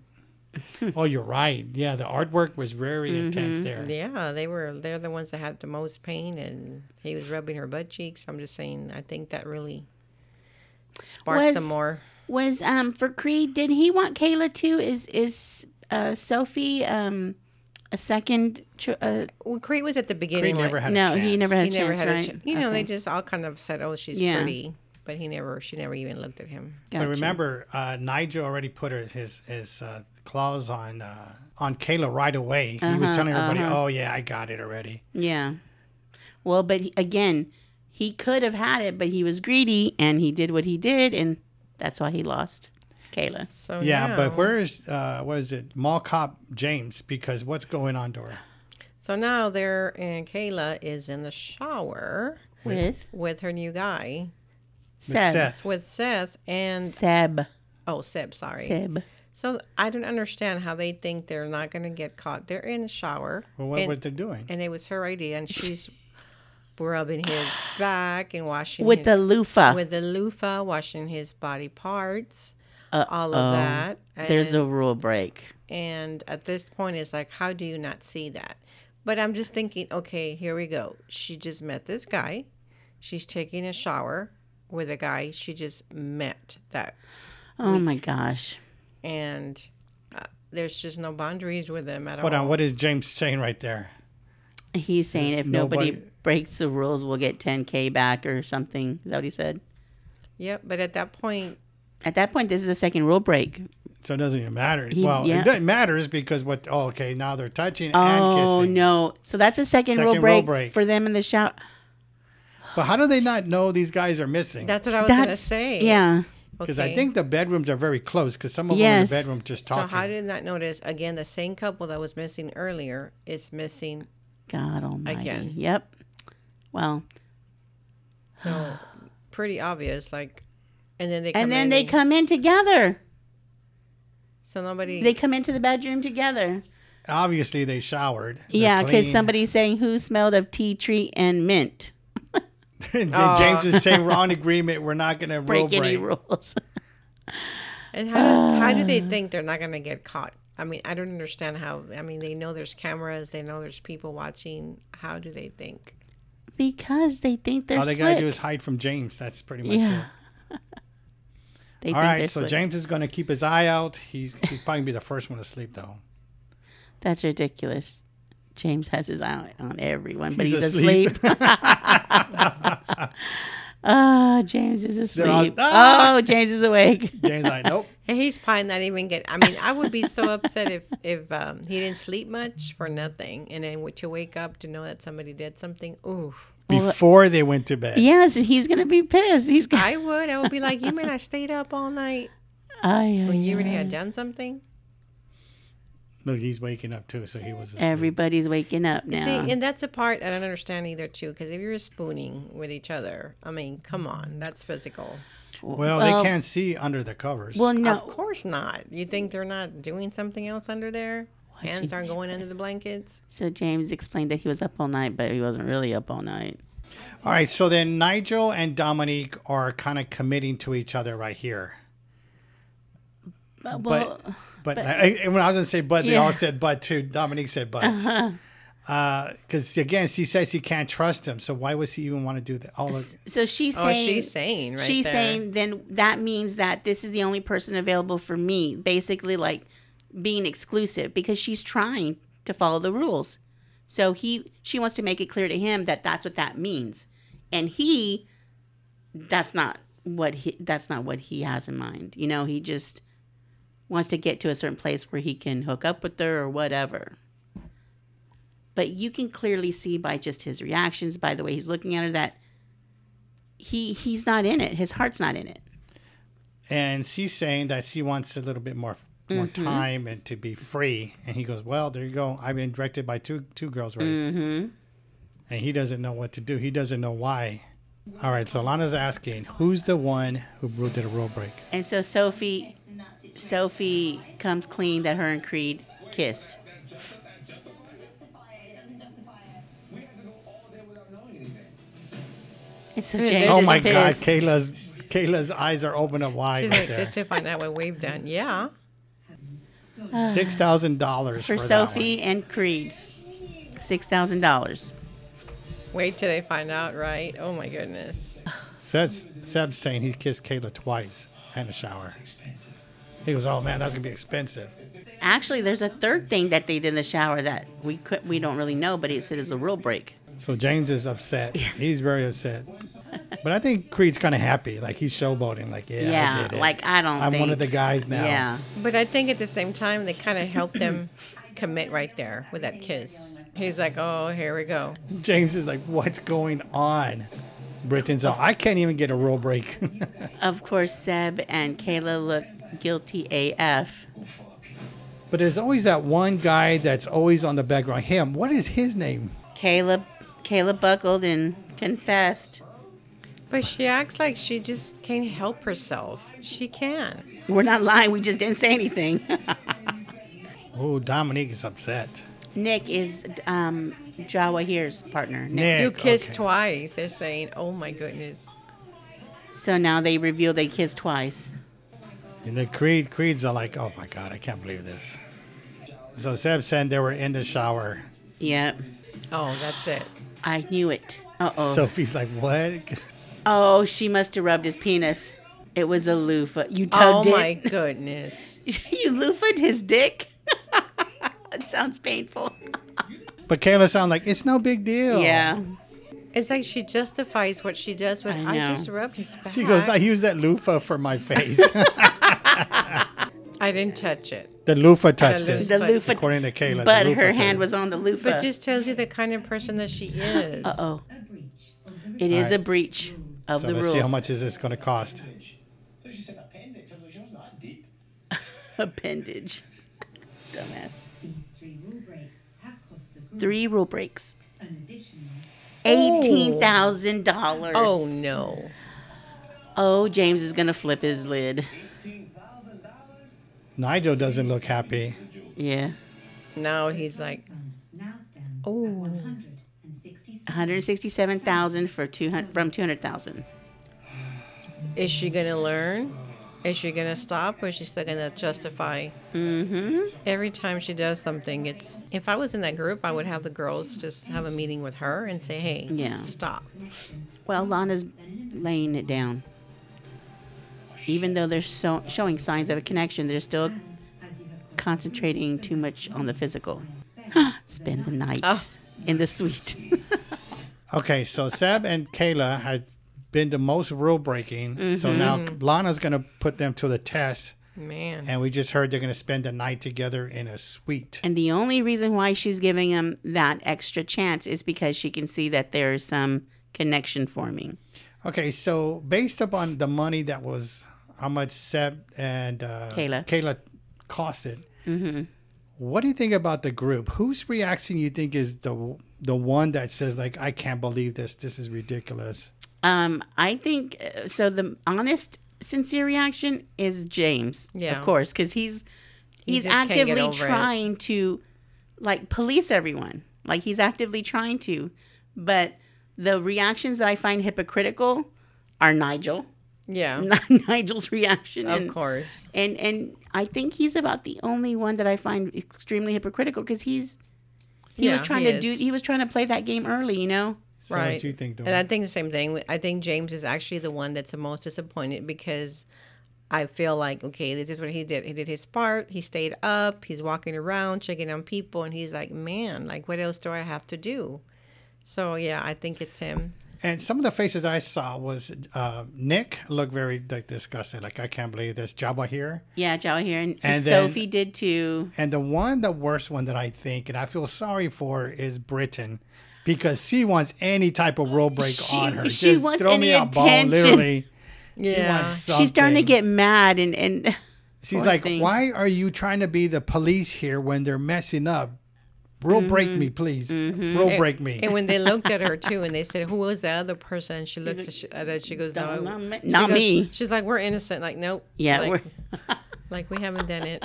[SPEAKER 1] oh, you're right. Yeah, the artwork was very
[SPEAKER 3] Mm-hmm.
[SPEAKER 1] intense there.
[SPEAKER 2] Yeah, they were. They're the ones that had the most pain, and he was rubbing her butt cheeks. I'm just saying, I think that really sparked some
[SPEAKER 3] Was-
[SPEAKER 2] more.
[SPEAKER 3] Was um for Creed, did he want Kayla too? Is is uh Sophie um a second cho- uh,
[SPEAKER 2] Well, Crete was at the beginning.
[SPEAKER 1] Creed never
[SPEAKER 2] like,
[SPEAKER 1] had.
[SPEAKER 3] no,
[SPEAKER 1] a chance.
[SPEAKER 3] he never had a
[SPEAKER 2] he never
[SPEAKER 3] chance,
[SPEAKER 2] had a
[SPEAKER 3] right?
[SPEAKER 2] ch- You know,
[SPEAKER 3] Okay.
[SPEAKER 2] they just all kind of said, "Oh, she's
[SPEAKER 3] Yeah.
[SPEAKER 2] pretty," but he never. She never even looked at him.
[SPEAKER 1] But
[SPEAKER 3] Gotcha.
[SPEAKER 1] remember, uh, Nigel already put her, his his uh, claws on uh, on Kayla right away. he
[SPEAKER 3] Uh-huh,
[SPEAKER 1] was telling everybody, "Oh yeah, I got it already."
[SPEAKER 3] Yeah. Well, but he, again, he could have had it, but he was greedy and he did what he did, and that's why he lost. Kayla.
[SPEAKER 2] So
[SPEAKER 1] yeah,
[SPEAKER 2] now,
[SPEAKER 1] but where is uh, what is it, Mall Cop James? Because what's going on, Dora?
[SPEAKER 2] So now there and Kayla is in the shower
[SPEAKER 3] With
[SPEAKER 2] with her new guy,
[SPEAKER 3] Seb.
[SPEAKER 1] Seth.
[SPEAKER 2] with Seth and
[SPEAKER 3] Seb.
[SPEAKER 2] oh Seb, sorry.
[SPEAKER 3] Seb.
[SPEAKER 2] So I don't understand how they think they're not going to get caught. They're in the shower.
[SPEAKER 1] Well, what,
[SPEAKER 2] and,
[SPEAKER 1] what they're doing?
[SPEAKER 2] and it was her idea, and she's rubbing his back and washing
[SPEAKER 3] With
[SPEAKER 2] his-
[SPEAKER 3] the loofah.
[SPEAKER 2] with the loofah, washing his body parts, all of that. And,
[SPEAKER 3] There's a rule break.
[SPEAKER 2] and at this point, it's like, how do you not see that? But I'm just thinking, okay, here we go. She just met this guy. She's taking a shower with a guy she just met that,
[SPEAKER 3] Oh my gosh.
[SPEAKER 2] and uh, there's just no boundaries with them at
[SPEAKER 1] Hold
[SPEAKER 2] all.
[SPEAKER 1] on, what is James saying right there?
[SPEAKER 3] He's saying if nobody,
[SPEAKER 1] Nobody-
[SPEAKER 3] breaks the rules, we'll get 10K back or something. Is that what he said?
[SPEAKER 2] Yep. But at that point,
[SPEAKER 3] At that point, this is a second rule break.
[SPEAKER 1] So it doesn't even matter.
[SPEAKER 3] He-
[SPEAKER 1] well,
[SPEAKER 3] yeah.
[SPEAKER 1] it doesn't matters because what? Oh, okay, now they're touching and
[SPEAKER 3] Oh,
[SPEAKER 1] kissing.
[SPEAKER 3] no. So that's a second, rule,
[SPEAKER 1] Second
[SPEAKER 3] break
[SPEAKER 1] rule break.
[SPEAKER 3] for them in the shower.
[SPEAKER 1] But how do they not know these guys are missing?
[SPEAKER 2] that's what I was
[SPEAKER 3] That's,
[SPEAKER 2] going to say.
[SPEAKER 3] yeah.
[SPEAKER 1] Because I
[SPEAKER 2] Okay.
[SPEAKER 1] think the bedrooms are very close. Because some of
[SPEAKER 3] Yes.
[SPEAKER 1] them in the bedroom just
[SPEAKER 2] So
[SPEAKER 1] talking.
[SPEAKER 2] how did not notice again the same couple that was missing earlier is missing
[SPEAKER 3] God almighty.
[SPEAKER 2] Again.
[SPEAKER 3] Yep. Well,
[SPEAKER 2] so pretty obvious like and then they come
[SPEAKER 3] and then
[SPEAKER 2] in
[SPEAKER 3] they come in together.
[SPEAKER 2] so nobody
[SPEAKER 3] They come into the bedroom together.
[SPEAKER 1] Obviously, they showered. They're
[SPEAKER 3] Yeah, because
[SPEAKER 1] clean.
[SPEAKER 3] somebody's saying who smelled of tea tree and mint.
[SPEAKER 1] Did James is saying we're on agreement. We're not going to rule
[SPEAKER 3] Break
[SPEAKER 1] break.
[SPEAKER 3] any rules.
[SPEAKER 2] and how do, how do they think they're not going to get caught? I mean, I don't understand how I mean, they know there's cameras, they know there's people watching. How do they think?
[SPEAKER 3] because they think they're
[SPEAKER 1] All they
[SPEAKER 3] slick.
[SPEAKER 1] got to do is hide from James. That's pretty much
[SPEAKER 3] Yeah.
[SPEAKER 1] it.
[SPEAKER 3] They
[SPEAKER 1] All
[SPEAKER 3] think
[SPEAKER 1] right,
[SPEAKER 3] they're
[SPEAKER 1] so
[SPEAKER 3] slick.
[SPEAKER 1] James is going to keep his eye out. He's he's probably gonna be the first one to sleep though.
[SPEAKER 3] That's ridiculous. James has his eye on everyone, but
[SPEAKER 1] He's
[SPEAKER 3] he's,
[SPEAKER 1] asleep.
[SPEAKER 3] asleep. oh, James is asleep.
[SPEAKER 1] all- Ah!
[SPEAKER 3] oh, James is awake.
[SPEAKER 1] James like, nope.
[SPEAKER 2] And he's probably not even get. I mean, I would be so upset if if um, he didn't sleep much for nothing, and then to wake up to know that somebody did something. Ooh,
[SPEAKER 1] Before they went to bed,
[SPEAKER 3] Yes, he's gonna be pissed. He's gonna.
[SPEAKER 2] I would. I would be like, you mean I stayed up all night
[SPEAKER 3] Ay, ay,
[SPEAKER 2] when you
[SPEAKER 3] ay.
[SPEAKER 2] already had done something?
[SPEAKER 1] look, he's waking up too, so he was asleep.
[SPEAKER 3] Everybody's waking up now.
[SPEAKER 2] See, and that's the part I don't understand either, too, because if you're spooning with each other, I mean, come on, that's physical.
[SPEAKER 1] well, they can't see under the covers.
[SPEAKER 3] well, no,
[SPEAKER 2] Of course not. You think they're not doing something else under there? Hands aren't going under the blankets?
[SPEAKER 3] So James explained that he was up all night, but he wasn't really up all night.
[SPEAKER 1] All right, so then Nigel and Dominique are kind of committing to each other right here.
[SPEAKER 3] But,
[SPEAKER 1] But
[SPEAKER 3] well,
[SPEAKER 1] but, I, I- when I was gonna say but, they
[SPEAKER 3] Yeah.
[SPEAKER 1] all said but too. Dominique said but. Because again, she says he can't trust him. So why would she even want to do that? Oh, look,
[SPEAKER 3] so she's
[SPEAKER 2] Oh,
[SPEAKER 3] saying
[SPEAKER 2] she's saying, right?
[SPEAKER 3] she's
[SPEAKER 2] there.
[SPEAKER 3] saying then that means that this is the only person available for me, basically like being exclusive because she's trying to follow the rules. So he she wants to make it clear to him that that's what that means. And he that's not what he that's not what he has in mind. You know, he just wants to get to a certain place where he can hook up with her or whatever. But you can clearly see by just his reactions, by the way he's looking at her that he he's not in it. His heart's not in it.
[SPEAKER 1] and she's saying that she wants a little bit more more time and to be free. And he goes, "Well, there you go. I've been directed by two two girls, right?" Mm-hmm. And he doesn't know what to do. He doesn't know why. All right, so Lana's asking, "Who's the one who ru- did a rule break?"
[SPEAKER 3] And so Sophie Sophie comes clean that her and Creed kissed.
[SPEAKER 4] Justify it. It doesn't justify it.
[SPEAKER 5] We had to go all day without knowing anything.
[SPEAKER 3] And so
[SPEAKER 2] Dude,
[SPEAKER 3] James
[SPEAKER 2] there's
[SPEAKER 1] Oh
[SPEAKER 3] is
[SPEAKER 1] my God,
[SPEAKER 3] pissed.
[SPEAKER 1] Kayla's Kayla's eyes are open up wide
[SPEAKER 2] She's
[SPEAKER 1] right
[SPEAKER 2] like,
[SPEAKER 1] there.
[SPEAKER 2] just to find out what we've done. Yeah.
[SPEAKER 1] Six thousand dollars
[SPEAKER 3] for Sophie and Creed. Six thousand dollars.
[SPEAKER 2] Wait till they find out, right? Oh, my goodness.
[SPEAKER 1] Seb's, Seb's saying he kissed Kayla twice in the shower. He goes, "Oh man, that's gonna be expensive."
[SPEAKER 3] Actually, there's a third thing that they did in the shower that we could we don't really know, but it said it's a rule break.
[SPEAKER 1] So James is upset. He's very upset. But I think Creed's kind of happy. Like he's showboating. Like yeah, I
[SPEAKER 3] Yeah,
[SPEAKER 1] did it.
[SPEAKER 3] like I don't.
[SPEAKER 1] I'm one of
[SPEAKER 3] think-
[SPEAKER 1] the guys now.
[SPEAKER 3] Yeah,
[SPEAKER 2] But I think at the same time, they kind of helped them commit right there with that kiss. He's like, oh, here we go.
[SPEAKER 1] James is like, what's going on? Britain's all, I can't even get a rule break.
[SPEAKER 3] of course, Seb and Kayla look guilty AF.
[SPEAKER 1] But there's always that one guy that's always on the background. Him. What is his name?
[SPEAKER 3] Caleb, Caleb buckled and confessed.
[SPEAKER 2] But she acts like she just can't help herself. She can.
[SPEAKER 3] We're not lying. We just didn't say anything.
[SPEAKER 1] Oh, Dominique is upset.
[SPEAKER 3] Nick is um, Jawahir's partner. Nick.
[SPEAKER 1] Nick,
[SPEAKER 2] You kissed
[SPEAKER 1] okay.
[SPEAKER 2] twice. They're saying, oh my goodness.
[SPEAKER 3] So now they reveal they kissed twice.
[SPEAKER 1] And the Creed Creeds are like, oh my god, I can't believe this. So Seb said they were in the shower.
[SPEAKER 3] Yep.
[SPEAKER 2] Oh, that's it.
[SPEAKER 3] I knew it. Uh oh.
[SPEAKER 1] Sophie's like, what?
[SPEAKER 3] oh, she must have rubbed his penis. It was a loofah. You tugged
[SPEAKER 2] oh my
[SPEAKER 3] it.
[SPEAKER 2] goodness.
[SPEAKER 3] you loofahed his dick. that sounds painful.
[SPEAKER 1] But Kayla sound like it's no big deal.
[SPEAKER 3] Yeah.
[SPEAKER 2] It's like she justifies what she does with,
[SPEAKER 3] I
[SPEAKER 2] I,
[SPEAKER 3] know.
[SPEAKER 2] just rubbed his back.
[SPEAKER 1] She goes, I use that loofah for my face.
[SPEAKER 2] I didn't touch it.
[SPEAKER 1] the loofah touched it.
[SPEAKER 3] The
[SPEAKER 2] But-
[SPEAKER 3] loofah.
[SPEAKER 1] According to Kayla, the
[SPEAKER 3] But
[SPEAKER 1] loofah
[SPEAKER 3] her
[SPEAKER 1] did.
[SPEAKER 3] hand was on the loofah.
[SPEAKER 2] But just tells you the kind of person that she is.
[SPEAKER 3] Uh oh. It is
[SPEAKER 1] Alright.
[SPEAKER 3] a breach of
[SPEAKER 1] So
[SPEAKER 3] the
[SPEAKER 1] let's
[SPEAKER 3] rules.
[SPEAKER 1] see how much is this going to cost.
[SPEAKER 5] So she said appendix. I was like, she was not deep.
[SPEAKER 3] Appendage. Dumbass.
[SPEAKER 6] These three rule breaks have cost the group
[SPEAKER 3] Three rule breaks.
[SPEAKER 6] an additional
[SPEAKER 3] Eighteen thousand dollars.
[SPEAKER 2] Oh no.
[SPEAKER 3] Oh, James is gonna flip his lid.
[SPEAKER 1] Nigel doesn't look happy.
[SPEAKER 3] Yeah.
[SPEAKER 2] Now he's like,
[SPEAKER 6] fund now stands
[SPEAKER 2] Oh.
[SPEAKER 6] at 167.
[SPEAKER 3] One hundred sixty-seven thousand for two hundred from two hundred thousand.
[SPEAKER 2] is she going to learn? Is she going to stop or is she still going to justify? Mm-hmm. Every time she does something, it's. If I was in that group, I would have the girls just have a meeting with her and say, hey,
[SPEAKER 3] Yeah.
[SPEAKER 2] stop.
[SPEAKER 3] Well, Lana's laying it down. Even though they're so, showing signs of a connection, they're still
[SPEAKER 6] As you have
[SPEAKER 3] concentrating too much on the physical. Spend the night
[SPEAKER 2] Oh.
[SPEAKER 3] in the suite.
[SPEAKER 1] Okay, so Seb and Kayla had been the most rule breaking. So now
[SPEAKER 3] Mm-hmm.
[SPEAKER 1] Lana's going to put them to the test.
[SPEAKER 2] Man.
[SPEAKER 1] And we just heard they're going to spend the night together in a suite.
[SPEAKER 3] And the only reason why she's giving him that extra chance is because she can see that there is some connection forming.
[SPEAKER 1] Okay, so based upon the money that was how much Seb and uh,
[SPEAKER 3] Kayla.
[SPEAKER 1] Kayla costed,
[SPEAKER 2] Mm-hmm.
[SPEAKER 1] what do you think about the group? Whose reaction you think is the the one that says like I can't believe this, this is ridiculous?
[SPEAKER 3] Um, I think uh, so. The honest, sincere reaction is James,
[SPEAKER 2] Yeah.
[SPEAKER 3] of course, because he's he's
[SPEAKER 2] just can't get
[SPEAKER 3] actively
[SPEAKER 2] over it.
[SPEAKER 3] trying to like police everyone. Like he's actively trying to, but the reactions that I find hypocritical are Nigel.
[SPEAKER 2] Yeah.
[SPEAKER 3] Nigel's reaction,
[SPEAKER 2] Of
[SPEAKER 3] and-
[SPEAKER 2] course.
[SPEAKER 3] and and I think he's about the only one that I find extremely hypocritical because he's he
[SPEAKER 2] Yeah,
[SPEAKER 3] was trying
[SPEAKER 2] he
[SPEAKER 3] to do
[SPEAKER 2] is.
[SPEAKER 3] he was trying to play that game early, you know.
[SPEAKER 1] So What do you think?
[SPEAKER 2] And I
[SPEAKER 1] Dora?
[SPEAKER 2] think the same thing. I think James is actually the one that's the most disappointed because I feel like, okay, this is what he did. He did his part. He stayed up. He's walking around, checking on people. And he's like, man, like, what else do I have to do? So, yeah, I think it's him.
[SPEAKER 1] And some of the faces that I saw was uh, Nick looked very like disgusted, like I can't believe this Jabba here.
[SPEAKER 3] Yeah, Jawahir and, and
[SPEAKER 1] And then-
[SPEAKER 3] Sophie did too.
[SPEAKER 1] And the one, the worst one that I think, and I feel sorry for, is Britain, because she wants any type of rule break
[SPEAKER 3] She-
[SPEAKER 1] on her.
[SPEAKER 3] she
[SPEAKER 1] Just
[SPEAKER 3] wants
[SPEAKER 1] throw me
[SPEAKER 3] any
[SPEAKER 1] a bone,
[SPEAKER 3] attention.
[SPEAKER 1] literally. She
[SPEAKER 2] Yeah.
[SPEAKER 1] wants
[SPEAKER 3] She's starting to
[SPEAKER 1] something.
[SPEAKER 3] get mad and and
[SPEAKER 1] She's
[SPEAKER 3] poor
[SPEAKER 1] like,
[SPEAKER 3] thing.
[SPEAKER 1] why are you trying to be the police here when they're messing up? Rule break
[SPEAKER 2] Mm-hmm.
[SPEAKER 1] me, please. Rule break me.
[SPEAKER 2] And when they looked at her too, and they said, "Who was the other person?" She looks at she- at it. She goes, "No,
[SPEAKER 3] Not me-
[SPEAKER 2] She
[SPEAKER 3] not
[SPEAKER 2] goes-
[SPEAKER 3] me.
[SPEAKER 2] She's like, "We're innocent." Like, nope.
[SPEAKER 3] yeah,
[SPEAKER 2] Like,
[SPEAKER 3] we're,
[SPEAKER 2] like we haven't done it.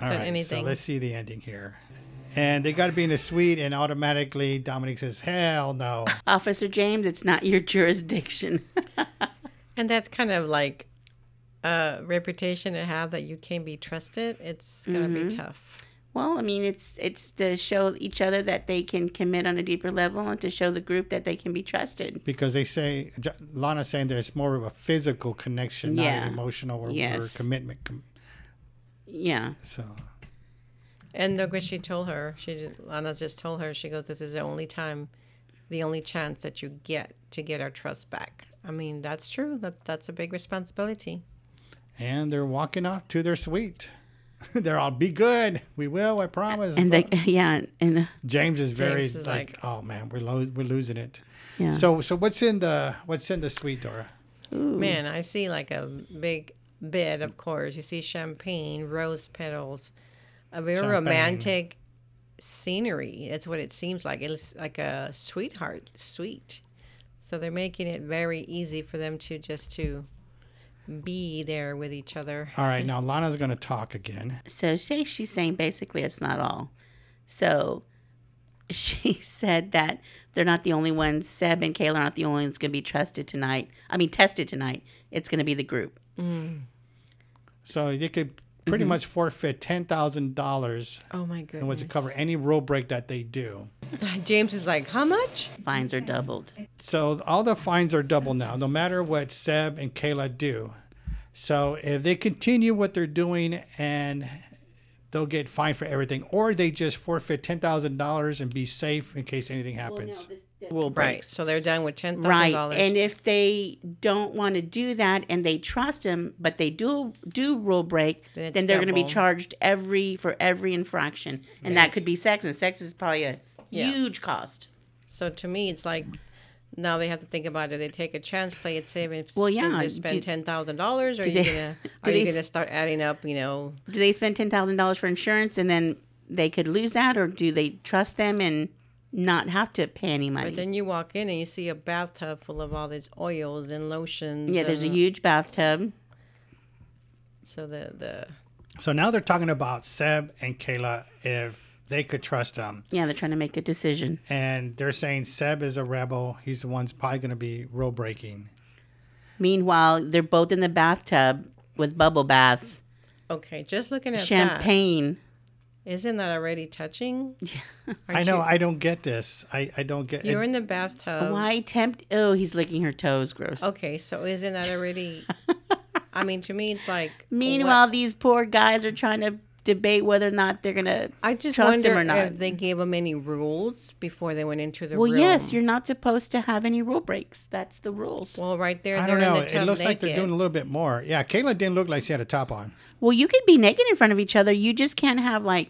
[SPEAKER 1] All
[SPEAKER 2] done
[SPEAKER 1] right,
[SPEAKER 2] anything.
[SPEAKER 1] so let's see the ending here. And they got to be in a suite, and automatically Dominic says, hell no.
[SPEAKER 3] Officer James, it's not your jurisdiction.
[SPEAKER 2] And that's kind of like a reputation to have that you can't be trusted. It's gonna be tough.
[SPEAKER 3] well, I mean, it's it's to show each other that they can commit on a deeper level and to show the group that they can be trusted.
[SPEAKER 1] because they say J- Lana's saying there's more of a physical connection, not
[SPEAKER 3] Yeah.
[SPEAKER 1] an emotional or, or
[SPEAKER 3] Yes.
[SPEAKER 1] commitment. com-
[SPEAKER 3] Yeah.
[SPEAKER 1] So
[SPEAKER 2] And look what she told her. She did, Lana just told her. She goes, "This is the only time, the only chance that you get to get our trust back." I mean, that's true. That that's a big responsibility.
[SPEAKER 1] and they're walking off to their suite. they're all be good. We will. I promise.
[SPEAKER 3] And they yeah, and uh,
[SPEAKER 1] James is very
[SPEAKER 2] James is
[SPEAKER 1] like,
[SPEAKER 2] like-
[SPEAKER 1] oh man, we're lo- we're losing it.
[SPEAKER 3] yeah.
[SPEAKER 1] So so what's in the what's in the suite, Dora?
[SPEAKER 2] Man, I see like a big bed, of course. You see champagne, rose petals, a very
[SPEAKER 1] Champagne.
[SPEAKER 2] romantic scenery. That's what it seems like. It's like a sweetheart suite. So they're making it very easy for them to just to be there with each other.
[SPEAKER 1] All right, now Lana's going to talk again.
[SPEAKER 3] So she, she's saying basically it's not all. So she said that they're not the only ones. Seb and Kayla are not the only ones going to be trusted tonight. I mean, tested tonight. It's going to be the group.
[SPEAKER 1] So you could
[SPEAKER 3] Mm-hmm.
[SPEAKER 1] pretty much forfeit $10,000
[SPEAKER 2] Oh my
[SPEAKER 1] and was
[SPEAKER 2] goodness.
[SPEAKER 1] to cover any rule break that they do.
[SPEAKER 2] James is like, how much?
[SPEAKER 3] Fines are doubled.
[SPEAKER 1] So all the fines are double now, no matter what Seb and Kayla do. So if they continue what they're doing and they'll get fined for everything, or they just forfeit ten thousand dollars and be safe in case anything happens.
[SPEAKER 3] Rule
[SPEAKER 2] Right. So they're done with ten thousand
[SPEAKER 3] Right.
[SPEAKER 2] dollars.
[SPEAKER 3] And if they don't want to do that and they trust him, but they do do rule break,
[SPEAKER 2] Then
[SPEAKER 3] then,
[SPEAKER 2] it's
[SPEAKER 3] they're going to be
[SPEAKER 2] double.
[SPEAKER 3] charged every for every infraction. And that could be sex and sex is probably a
[SPEAKER 2] Yeah.
[SPEAKER 3] huge cost.
[SPEAKER 2] So to me, it's like now they have to think about: do they take a chance, play it safe, and
[SPEAKER 3] Well,
[SPEAKER 2] s-
[SPEAKER 3] yeah,
[SPEAKER 2] they spend
[SPEAKER 3] do-
[SPEAKER 2] ten thousand dollars, or are
[SPEAKER 3] do
[SPEAKER 2] you
[SPEAKER 3] they-
[SPEAKER 2] gonna
[SPEAKER 3] do
[SPEAKER 2] are you
[SPEAKER 3] they s-
[SPEAKER 2] gonna start adding up? You know,
[SPEAKER 3] do they spend ten thousand dollars for insurance and then they could lose that, or do they trust them and not have to pay any money?
[SPEAKER 2] but then you walk in and you see a bathtub full of all these oils and lotions.
[SPEAKER 3] yeah, there's a
[SPEAKER 2] and-
[SPEAKER 3] huge bathtub.
[SPEAKER 2] so the the
[SPEAKER 1] So now they're talking about Seb and Kayla if they could trust them.
[SPEAKER 3] Yeah, they're trying to make a decision.
[SPEAKER 1] And they're saying Seb is a rebel. He's the one's probably gonna be rule breaking.
[SPEAKER 3] Meanwhile, they're both in the bathtub with bubble baths,
[SPEAKER 2] okay, just looking at champagne.
[SPEAKER 3] champagne.
[SPEAKER 2] That, isn't that already touching?
[SPEAKER 1] I know, I don't get this. I, I don't get
[SPEAKER 2] You're
[SPEAKER 1] it.
[SPEAKER 2] in the bathtub.
[SPEAKER 3] Why tempt? Oh, he's licking her toes. Gross.
[SPEAKER 2] Okay, so isn't that already? I mean, to me, it's like. what-
[SPEAKER 3] Meanwhile, these poor guys are trying to debate whether or not they're gonna
[SPEAKER 2] I just
[SPEAKER 3] trust
[SPEAKER 2] wonder
[SPEAKER 3] him or not.
[SPEAKER 2] if they gave them any rules before they went into the
[SPEAKER 3] well,
[SPEAKER 2] room.
[SPEAKER 3] yes, you're not supposed to have any rule breaks. That's the rules.
[SPEAKER 2] Well, right there,
[SPEAKER 1] I don't
[SPEAKER 2] they're
[SPEAKER 1] know.
[SPEAKER 2] in the
[SPEAKER 1] It
[SPEAKER 2] tub
[SPEAKER 1] looks
[SPEAKER 2] naked.
[SPEAKER 1] like they're doing a little bit more. Yeah, Kayla didn't look like she had a top on.
[SPEAKER 3] Well, you could be naked in front of each other. You just can't have like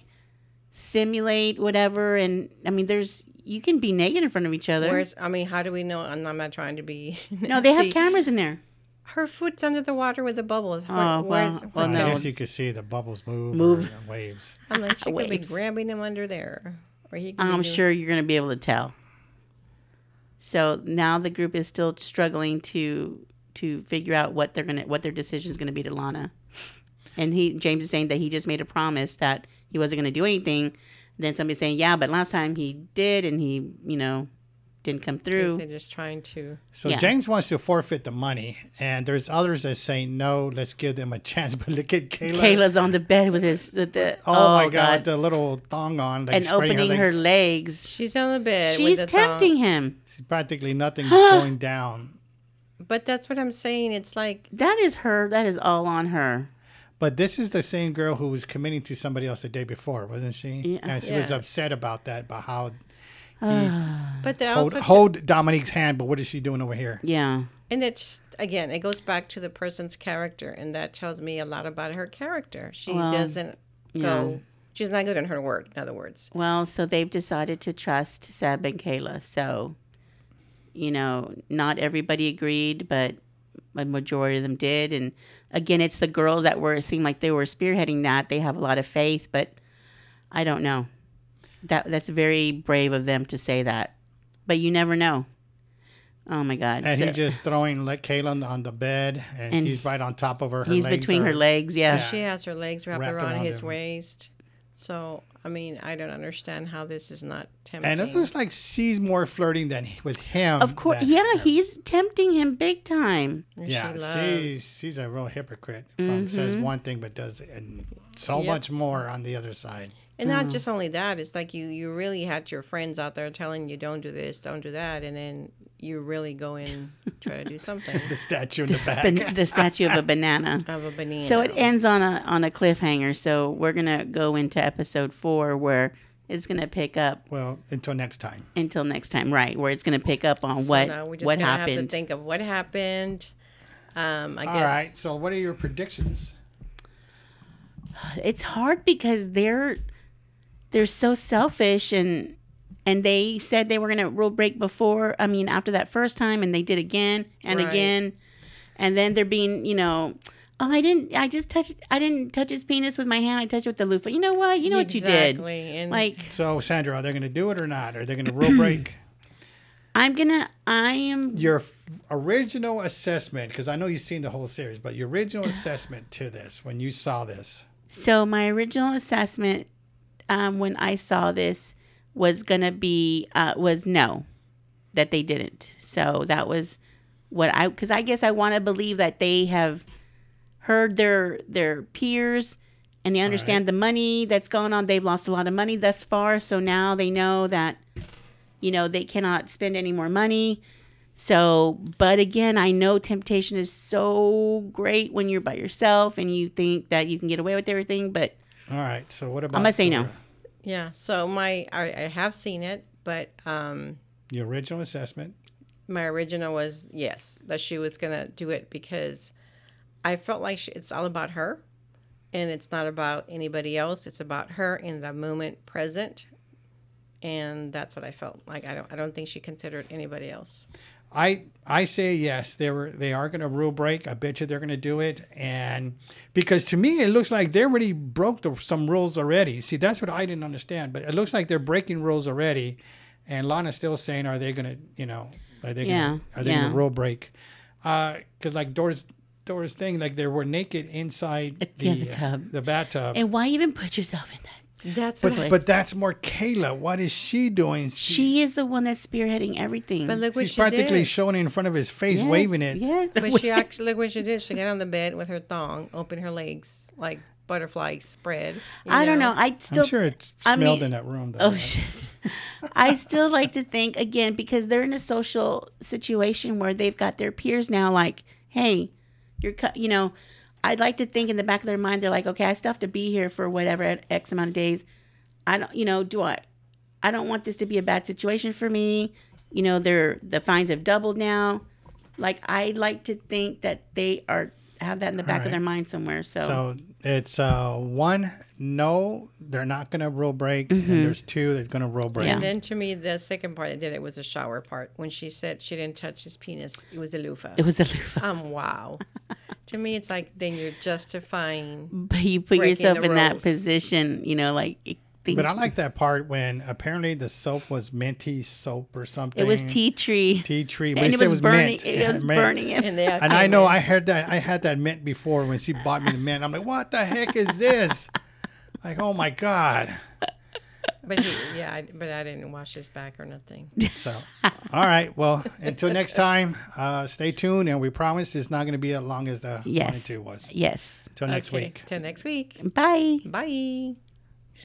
[SPEAKER 3] simulate whatever. And I mean, there's you can be naked in front of each other.
[SPEAKER 2] Where's, I mean, how do we know? I'm, I'm not trying to be.
[SPEAKER 3] no, they have
[SPEAKER 2] nasty.
[SPEAKER 3] cameras in there.
[SPEAKER 2] Her foot's under the water with the bubbles. Where,
[SPEAKER 3] Oh,
[SPEAKER 2] where's,
[SPEAKER 3] well,
[SPEAKER 1] I
[SPEAKER 3] well, no.
[SPEAKER 1] guess you could see the bubbles move,
[SPEAKER 3] Move.
[SPEAKER 1] or waves.
[SPEAKER 2] I'm like, she could be
[SPEAKER 3] Waves. Um,
[SPEAKER 2] grabbing him under there, or he. Could be
[SPEAKER 3] I'm
[SPEAKER 2] doing-
[SPEAKER 3] sure you're gonna be able to tell. So now the group is still struggling to to figure out what they're gonna what their decision is gonna be to Lana. And he James is saying that he just made a promise that he wasn't gonna do anything. Then somebody's saying, "Yeah, but last time he did, and he you know didn't come through."
[SPEAKER 2] They're just trying to.
[SPEAKER 1] So
[SPEAKER 3] Yeah.
[SPEAKER 1] James wants to forfeit the money, and there's others that say no. Let's give them a chance. But look at Kayla.
[SPEAKER 3] Kayla's on the bed with his the, the
[SPEAKER 1] oh, my God, the little thong on, like
[SPEAKER 3] and
[SPEAKER 1] spreading
[SPEAKER 3] opening her
[SPEAKER 1] legs.
[SPEAKER 3] legs.
[SPEAKER 2] She's on the bed. with
[SPEAKER 3] She's
[SPEAKER 2] the thong.
[SPEAKER 3] tempting him.
[SPEAKER 1] She's practically nothing going down.
[SPEAKER 2] But that's what I'm saying. It's like
[SPEAKER 3] That is her. That is all on her.
[SPEAKER 1] But this is the same girl who was committing to somebody else the day before, wasn't she?
[SPEAKER 3] Yeah.
[SPEAKER 1] And she was
[SPEAKER 2] Yes.
[SPEAKER 1] upset about that, about how
[SPEAKER 3] Uh,
[SPEAKER 2] But the
[SPEAKER 1] hold,
[SPEAKER 2] also
[SPEAKER 1] hold Dominique's hand. But what is she doing over here?
[SPEAKER 3] Yeah.
[SPEAKER 2] and it's again, it goes back to the person's character, and that tells me a lot about her character. She doesn't go. She's not good in her word. In other words,
[SPEAKER 3] Well, so they've decided to trust Seb and Kayla. So, you know, not everybody agreed, but a majority of them did. And again, it's the girls that were it seemed like they were spearheading that. They have a lot of faith, but I don't know. That that's very brave of them to say that, but you never know. Oh my God!
[SPEAKER 1] And
[SPEAKER 3] So-
[SPEAKER 1] he's just throwing like Kayla on the, on the bed, and,
[SPEAKER 3] And
[SPEAKER 1] he's right on top of her. her
[SPEAKER 3] he's
[SPEAKER 1] legs
[SPEAKER 3] between
[SPEAKER 1] are-
[SPEAKER 3] her legs. Yeah.
[SPEAKER 2] she has her legs wrapped,
[SPEAKER 1] Wrapped
[SPEAKER 2] around,
[SPEAKER 1] around
[SPEAKER 2] his
[SPEAKER 1] him.
[SPEAKER 2] waist. So I mean, I don't understand how this is not tempting.
[SPEAKER 1] And it looks like she's more flirting than he- with him.
[SPEAKER 3] Of course,
[SPEAKER 1] than
[SPEAKER 3] yeah, he's tempting him big time.
[SPEAKER 2] And
[SPEAKER 1] Yeah,
[SPEAKER 2] she
[SPEAKER 1] she's she's a real hypocrite.
[SPEAKER 3] Mm-hmm.
[SPEAKER 1] From says one thing but does and so
[SPEAKER 2] Yep.
[SPEAKER 1] much more on the other side.
[SPEAKER 2] and not just only that. It's like you you really had your friends out there telling you don't do this, don't do that, and then you really go and try to do something
[SPEAKER 1] The statue in the back.
[SPEAKER 3] Ban- the statue of a banana.
[SPEAKER 2] of a banana.
[SPEAKER 3] So it ends on a on a cliffhanger. So we're gonna go into episode four where it's gonna pick up
[SPEAKER 1] well, until next time.
[SPEAKER 3] until next time, right? Where it's gonna pick up on
[SPEAKER 2] So
[SPEAKER 3] what
[SPEAKER 2] now we're just
[SPEAKER 3] what
[SPEAKER 2] gonna Have to
[SPEAKER 3] happened.
[SPEAKER 2] think of what happened. Um, I
[SPEAKER 1] All
[SPEAKER 2] guess
[SPEAKER 1] right. So, what are your predictions?
[SPEAKER 3] It's hard because they're they're so selfish and and they said they were gonna rule break before. I mean, after that first time, and they did again and
[SPEAKER 2] Right.
[SPEAKER 3] again, and then they're being you know. Oh, I didn't. I just touched. I didn't touch his penis with my hand. I touched it with the loofah. You know what? You know what you
[SPEAKER 2] Exactly,
[SPEAKER 3] did.
[SPEAKER 2] and-
[SPEAKER 3] Like
[SPEAKER 1] So, Sandra, are they going to do it or not? Are they going to rule break
[SPEAKER 3] I'm gonna. I am.
[SPEAKER 1] your f- original assessment? Because I know you've seen the whole series, but your original assessment to this when you saw this.
[SPEAKER 3] So my original assessment um, when I saw this was gonna be uh, was no, that they didn't. So that was what I because I guess I want to believe that they have heard their their peers and they understand the money that's gone on. They've lost a lot of money thus far, so now they know that you know they cannot spend any more money. So, but again, I know temptation is so great when you're by yourself and you think that you can get away with everything, but
[SPEAKER 1] All right. So, what about?
[SPEAKER 3] I'm gonna say no.
[SPEAKER 1] your-
[SPEAKER 2] Yeah. So my I, I have seen it, but um
[SPEAKER 1] Your original assessment.
[SPEAKER 2] my original was yes that she was gonna do it because I felt like she, it's all about her, and it's not about anybody else. It's about her in the moment present, and that's what I felt like. I don't I don't think she considered anybody else.
[SPEAKER 1] I I say yes. They were they are going to rule break. I bet you they're going to do it, and because to me it looks like they already broke the, some rules already. See, that's what I didn't understand. But it looks like they're breaking rules already, and Lana's still saying, "Are they going to you know are they
[SPEAKER 3] Yeah,
[SPEAKER 1] gonna, are they going
[SPEAKER 3] yeah.
[SPEAKER 1] to rule break?" Because like Doris Doris thing, like they were naked inside the
[SPEAKER 3] yeah, the tub.
[SPEAKER 1] the bathtub.
[SPEAKER 3] And why even put yourself in that?
[SPEAKER 2] That's what
[SPEAKER 1] but but that's more Kayla. What is she doing?
[SPEAKER 3] She is the one that's spearheading everything.
[SPEAKER 2] but look what
[SPEAKER 1] she's
[SPEAKER 2] she
[SPEAKER 1] practically
[SPEAKER 2] did.
[SPEAKER 1] showing in front of his face,
[SPEAKER 3] Yes,
[SPEAKER 1] waving it.
[SPEAKER 3] Yes.
[SPEAKER 2] But she actually look what she did. She got on the bed with her thong, opened her legs like butterfly spread. you
[SPEAKER 3] I don't know. I still
[SPEAKER 1] I'm sure it
[SPEAKER 3] I
[SPEAKER 1] smelled
[SPEAKER 3] mean-
[SPEAKER 1] in that room. Though.
[SPEAKER 3] Oh shit. I still like to think again because they're in a social situation where they've got their peers now like, "Hey, you're cu-, you know, I'd like to think in the back of their mind they're like, "Okay, I still have to be here for whatever X amount of days. I don't, you know, do I I don't want this to be a bad situation for me. You know, they're the fines have doubled now. Like I like to think that they are have that in the back of
[SPEAKER 1] right.
[SPEAKER 3] their mind somewhere. So,
[SPEAKER 1] So it's uh, one, no, they're not going to rule break. And there's two, they're going to rule break.
[SPEAKER 3] Mm-hmm. Yeah.
[SPEAKER 2] And then to me, the second part that did it was the shower part. When she said she didn't touch his penis, it was a loofah.
[SPEAKER 3] it was a loofah.
[SPEAKER 2] um, wow. to me, it's like then you're justifying.
[SPEAKER 3] but you put
[SPEAKER 2] breaking
[SPEAKER 3] yourself
[SPEAKER 2] the
[SPEAKER 3] in that
[SPEAKER 2] rules.
[SPEAKER 3] position, you know, like it, things,
[SPEAKER 1] But I like that part when apparently the soap was minty soap or something.
[SPEAKER 3] it was tea tree,
[SPEAKER 1] Tea tree. But
[SPEAKER 3] and
[SPEAKER 1] they
[SPEAKER 3] it
[SPEAKER 1] said
[SPEAKER 3] was, burning.
[SPEAKER 1] mint.
[SPEAKER 3] It,
[SPEAKER 1] Yeah,
[SPEAKER 3] was
[SPEAKER 1] mint.
[SPEAKER 3] burning him.
[SPEAKER 2] And they
[SPEAKER 1] And I know I heard that. I had that mint before when she bought me the mint. I'm like, what the heck is this? Like, oh my God.
[SPEAKER 2] But he, yeah, I, but I didn't wash his back or nothing.
[SPEAKER 1] So, all right. Well, until next time, uh, stay tuned. And we promise it's not going to be as long as the one
[SPEAKER 3] Yes.
[SPEAKER 1] and two was.
[SPEAKER 3] Yes.
[SPEAKER 1] Until next
[SPEAKER 2] Okay,
[SPEAKER 1] week.
[SPEAKER 2] Till next week.
[SPEAKER 3] Bye.
[SPEAKER 2] Bye.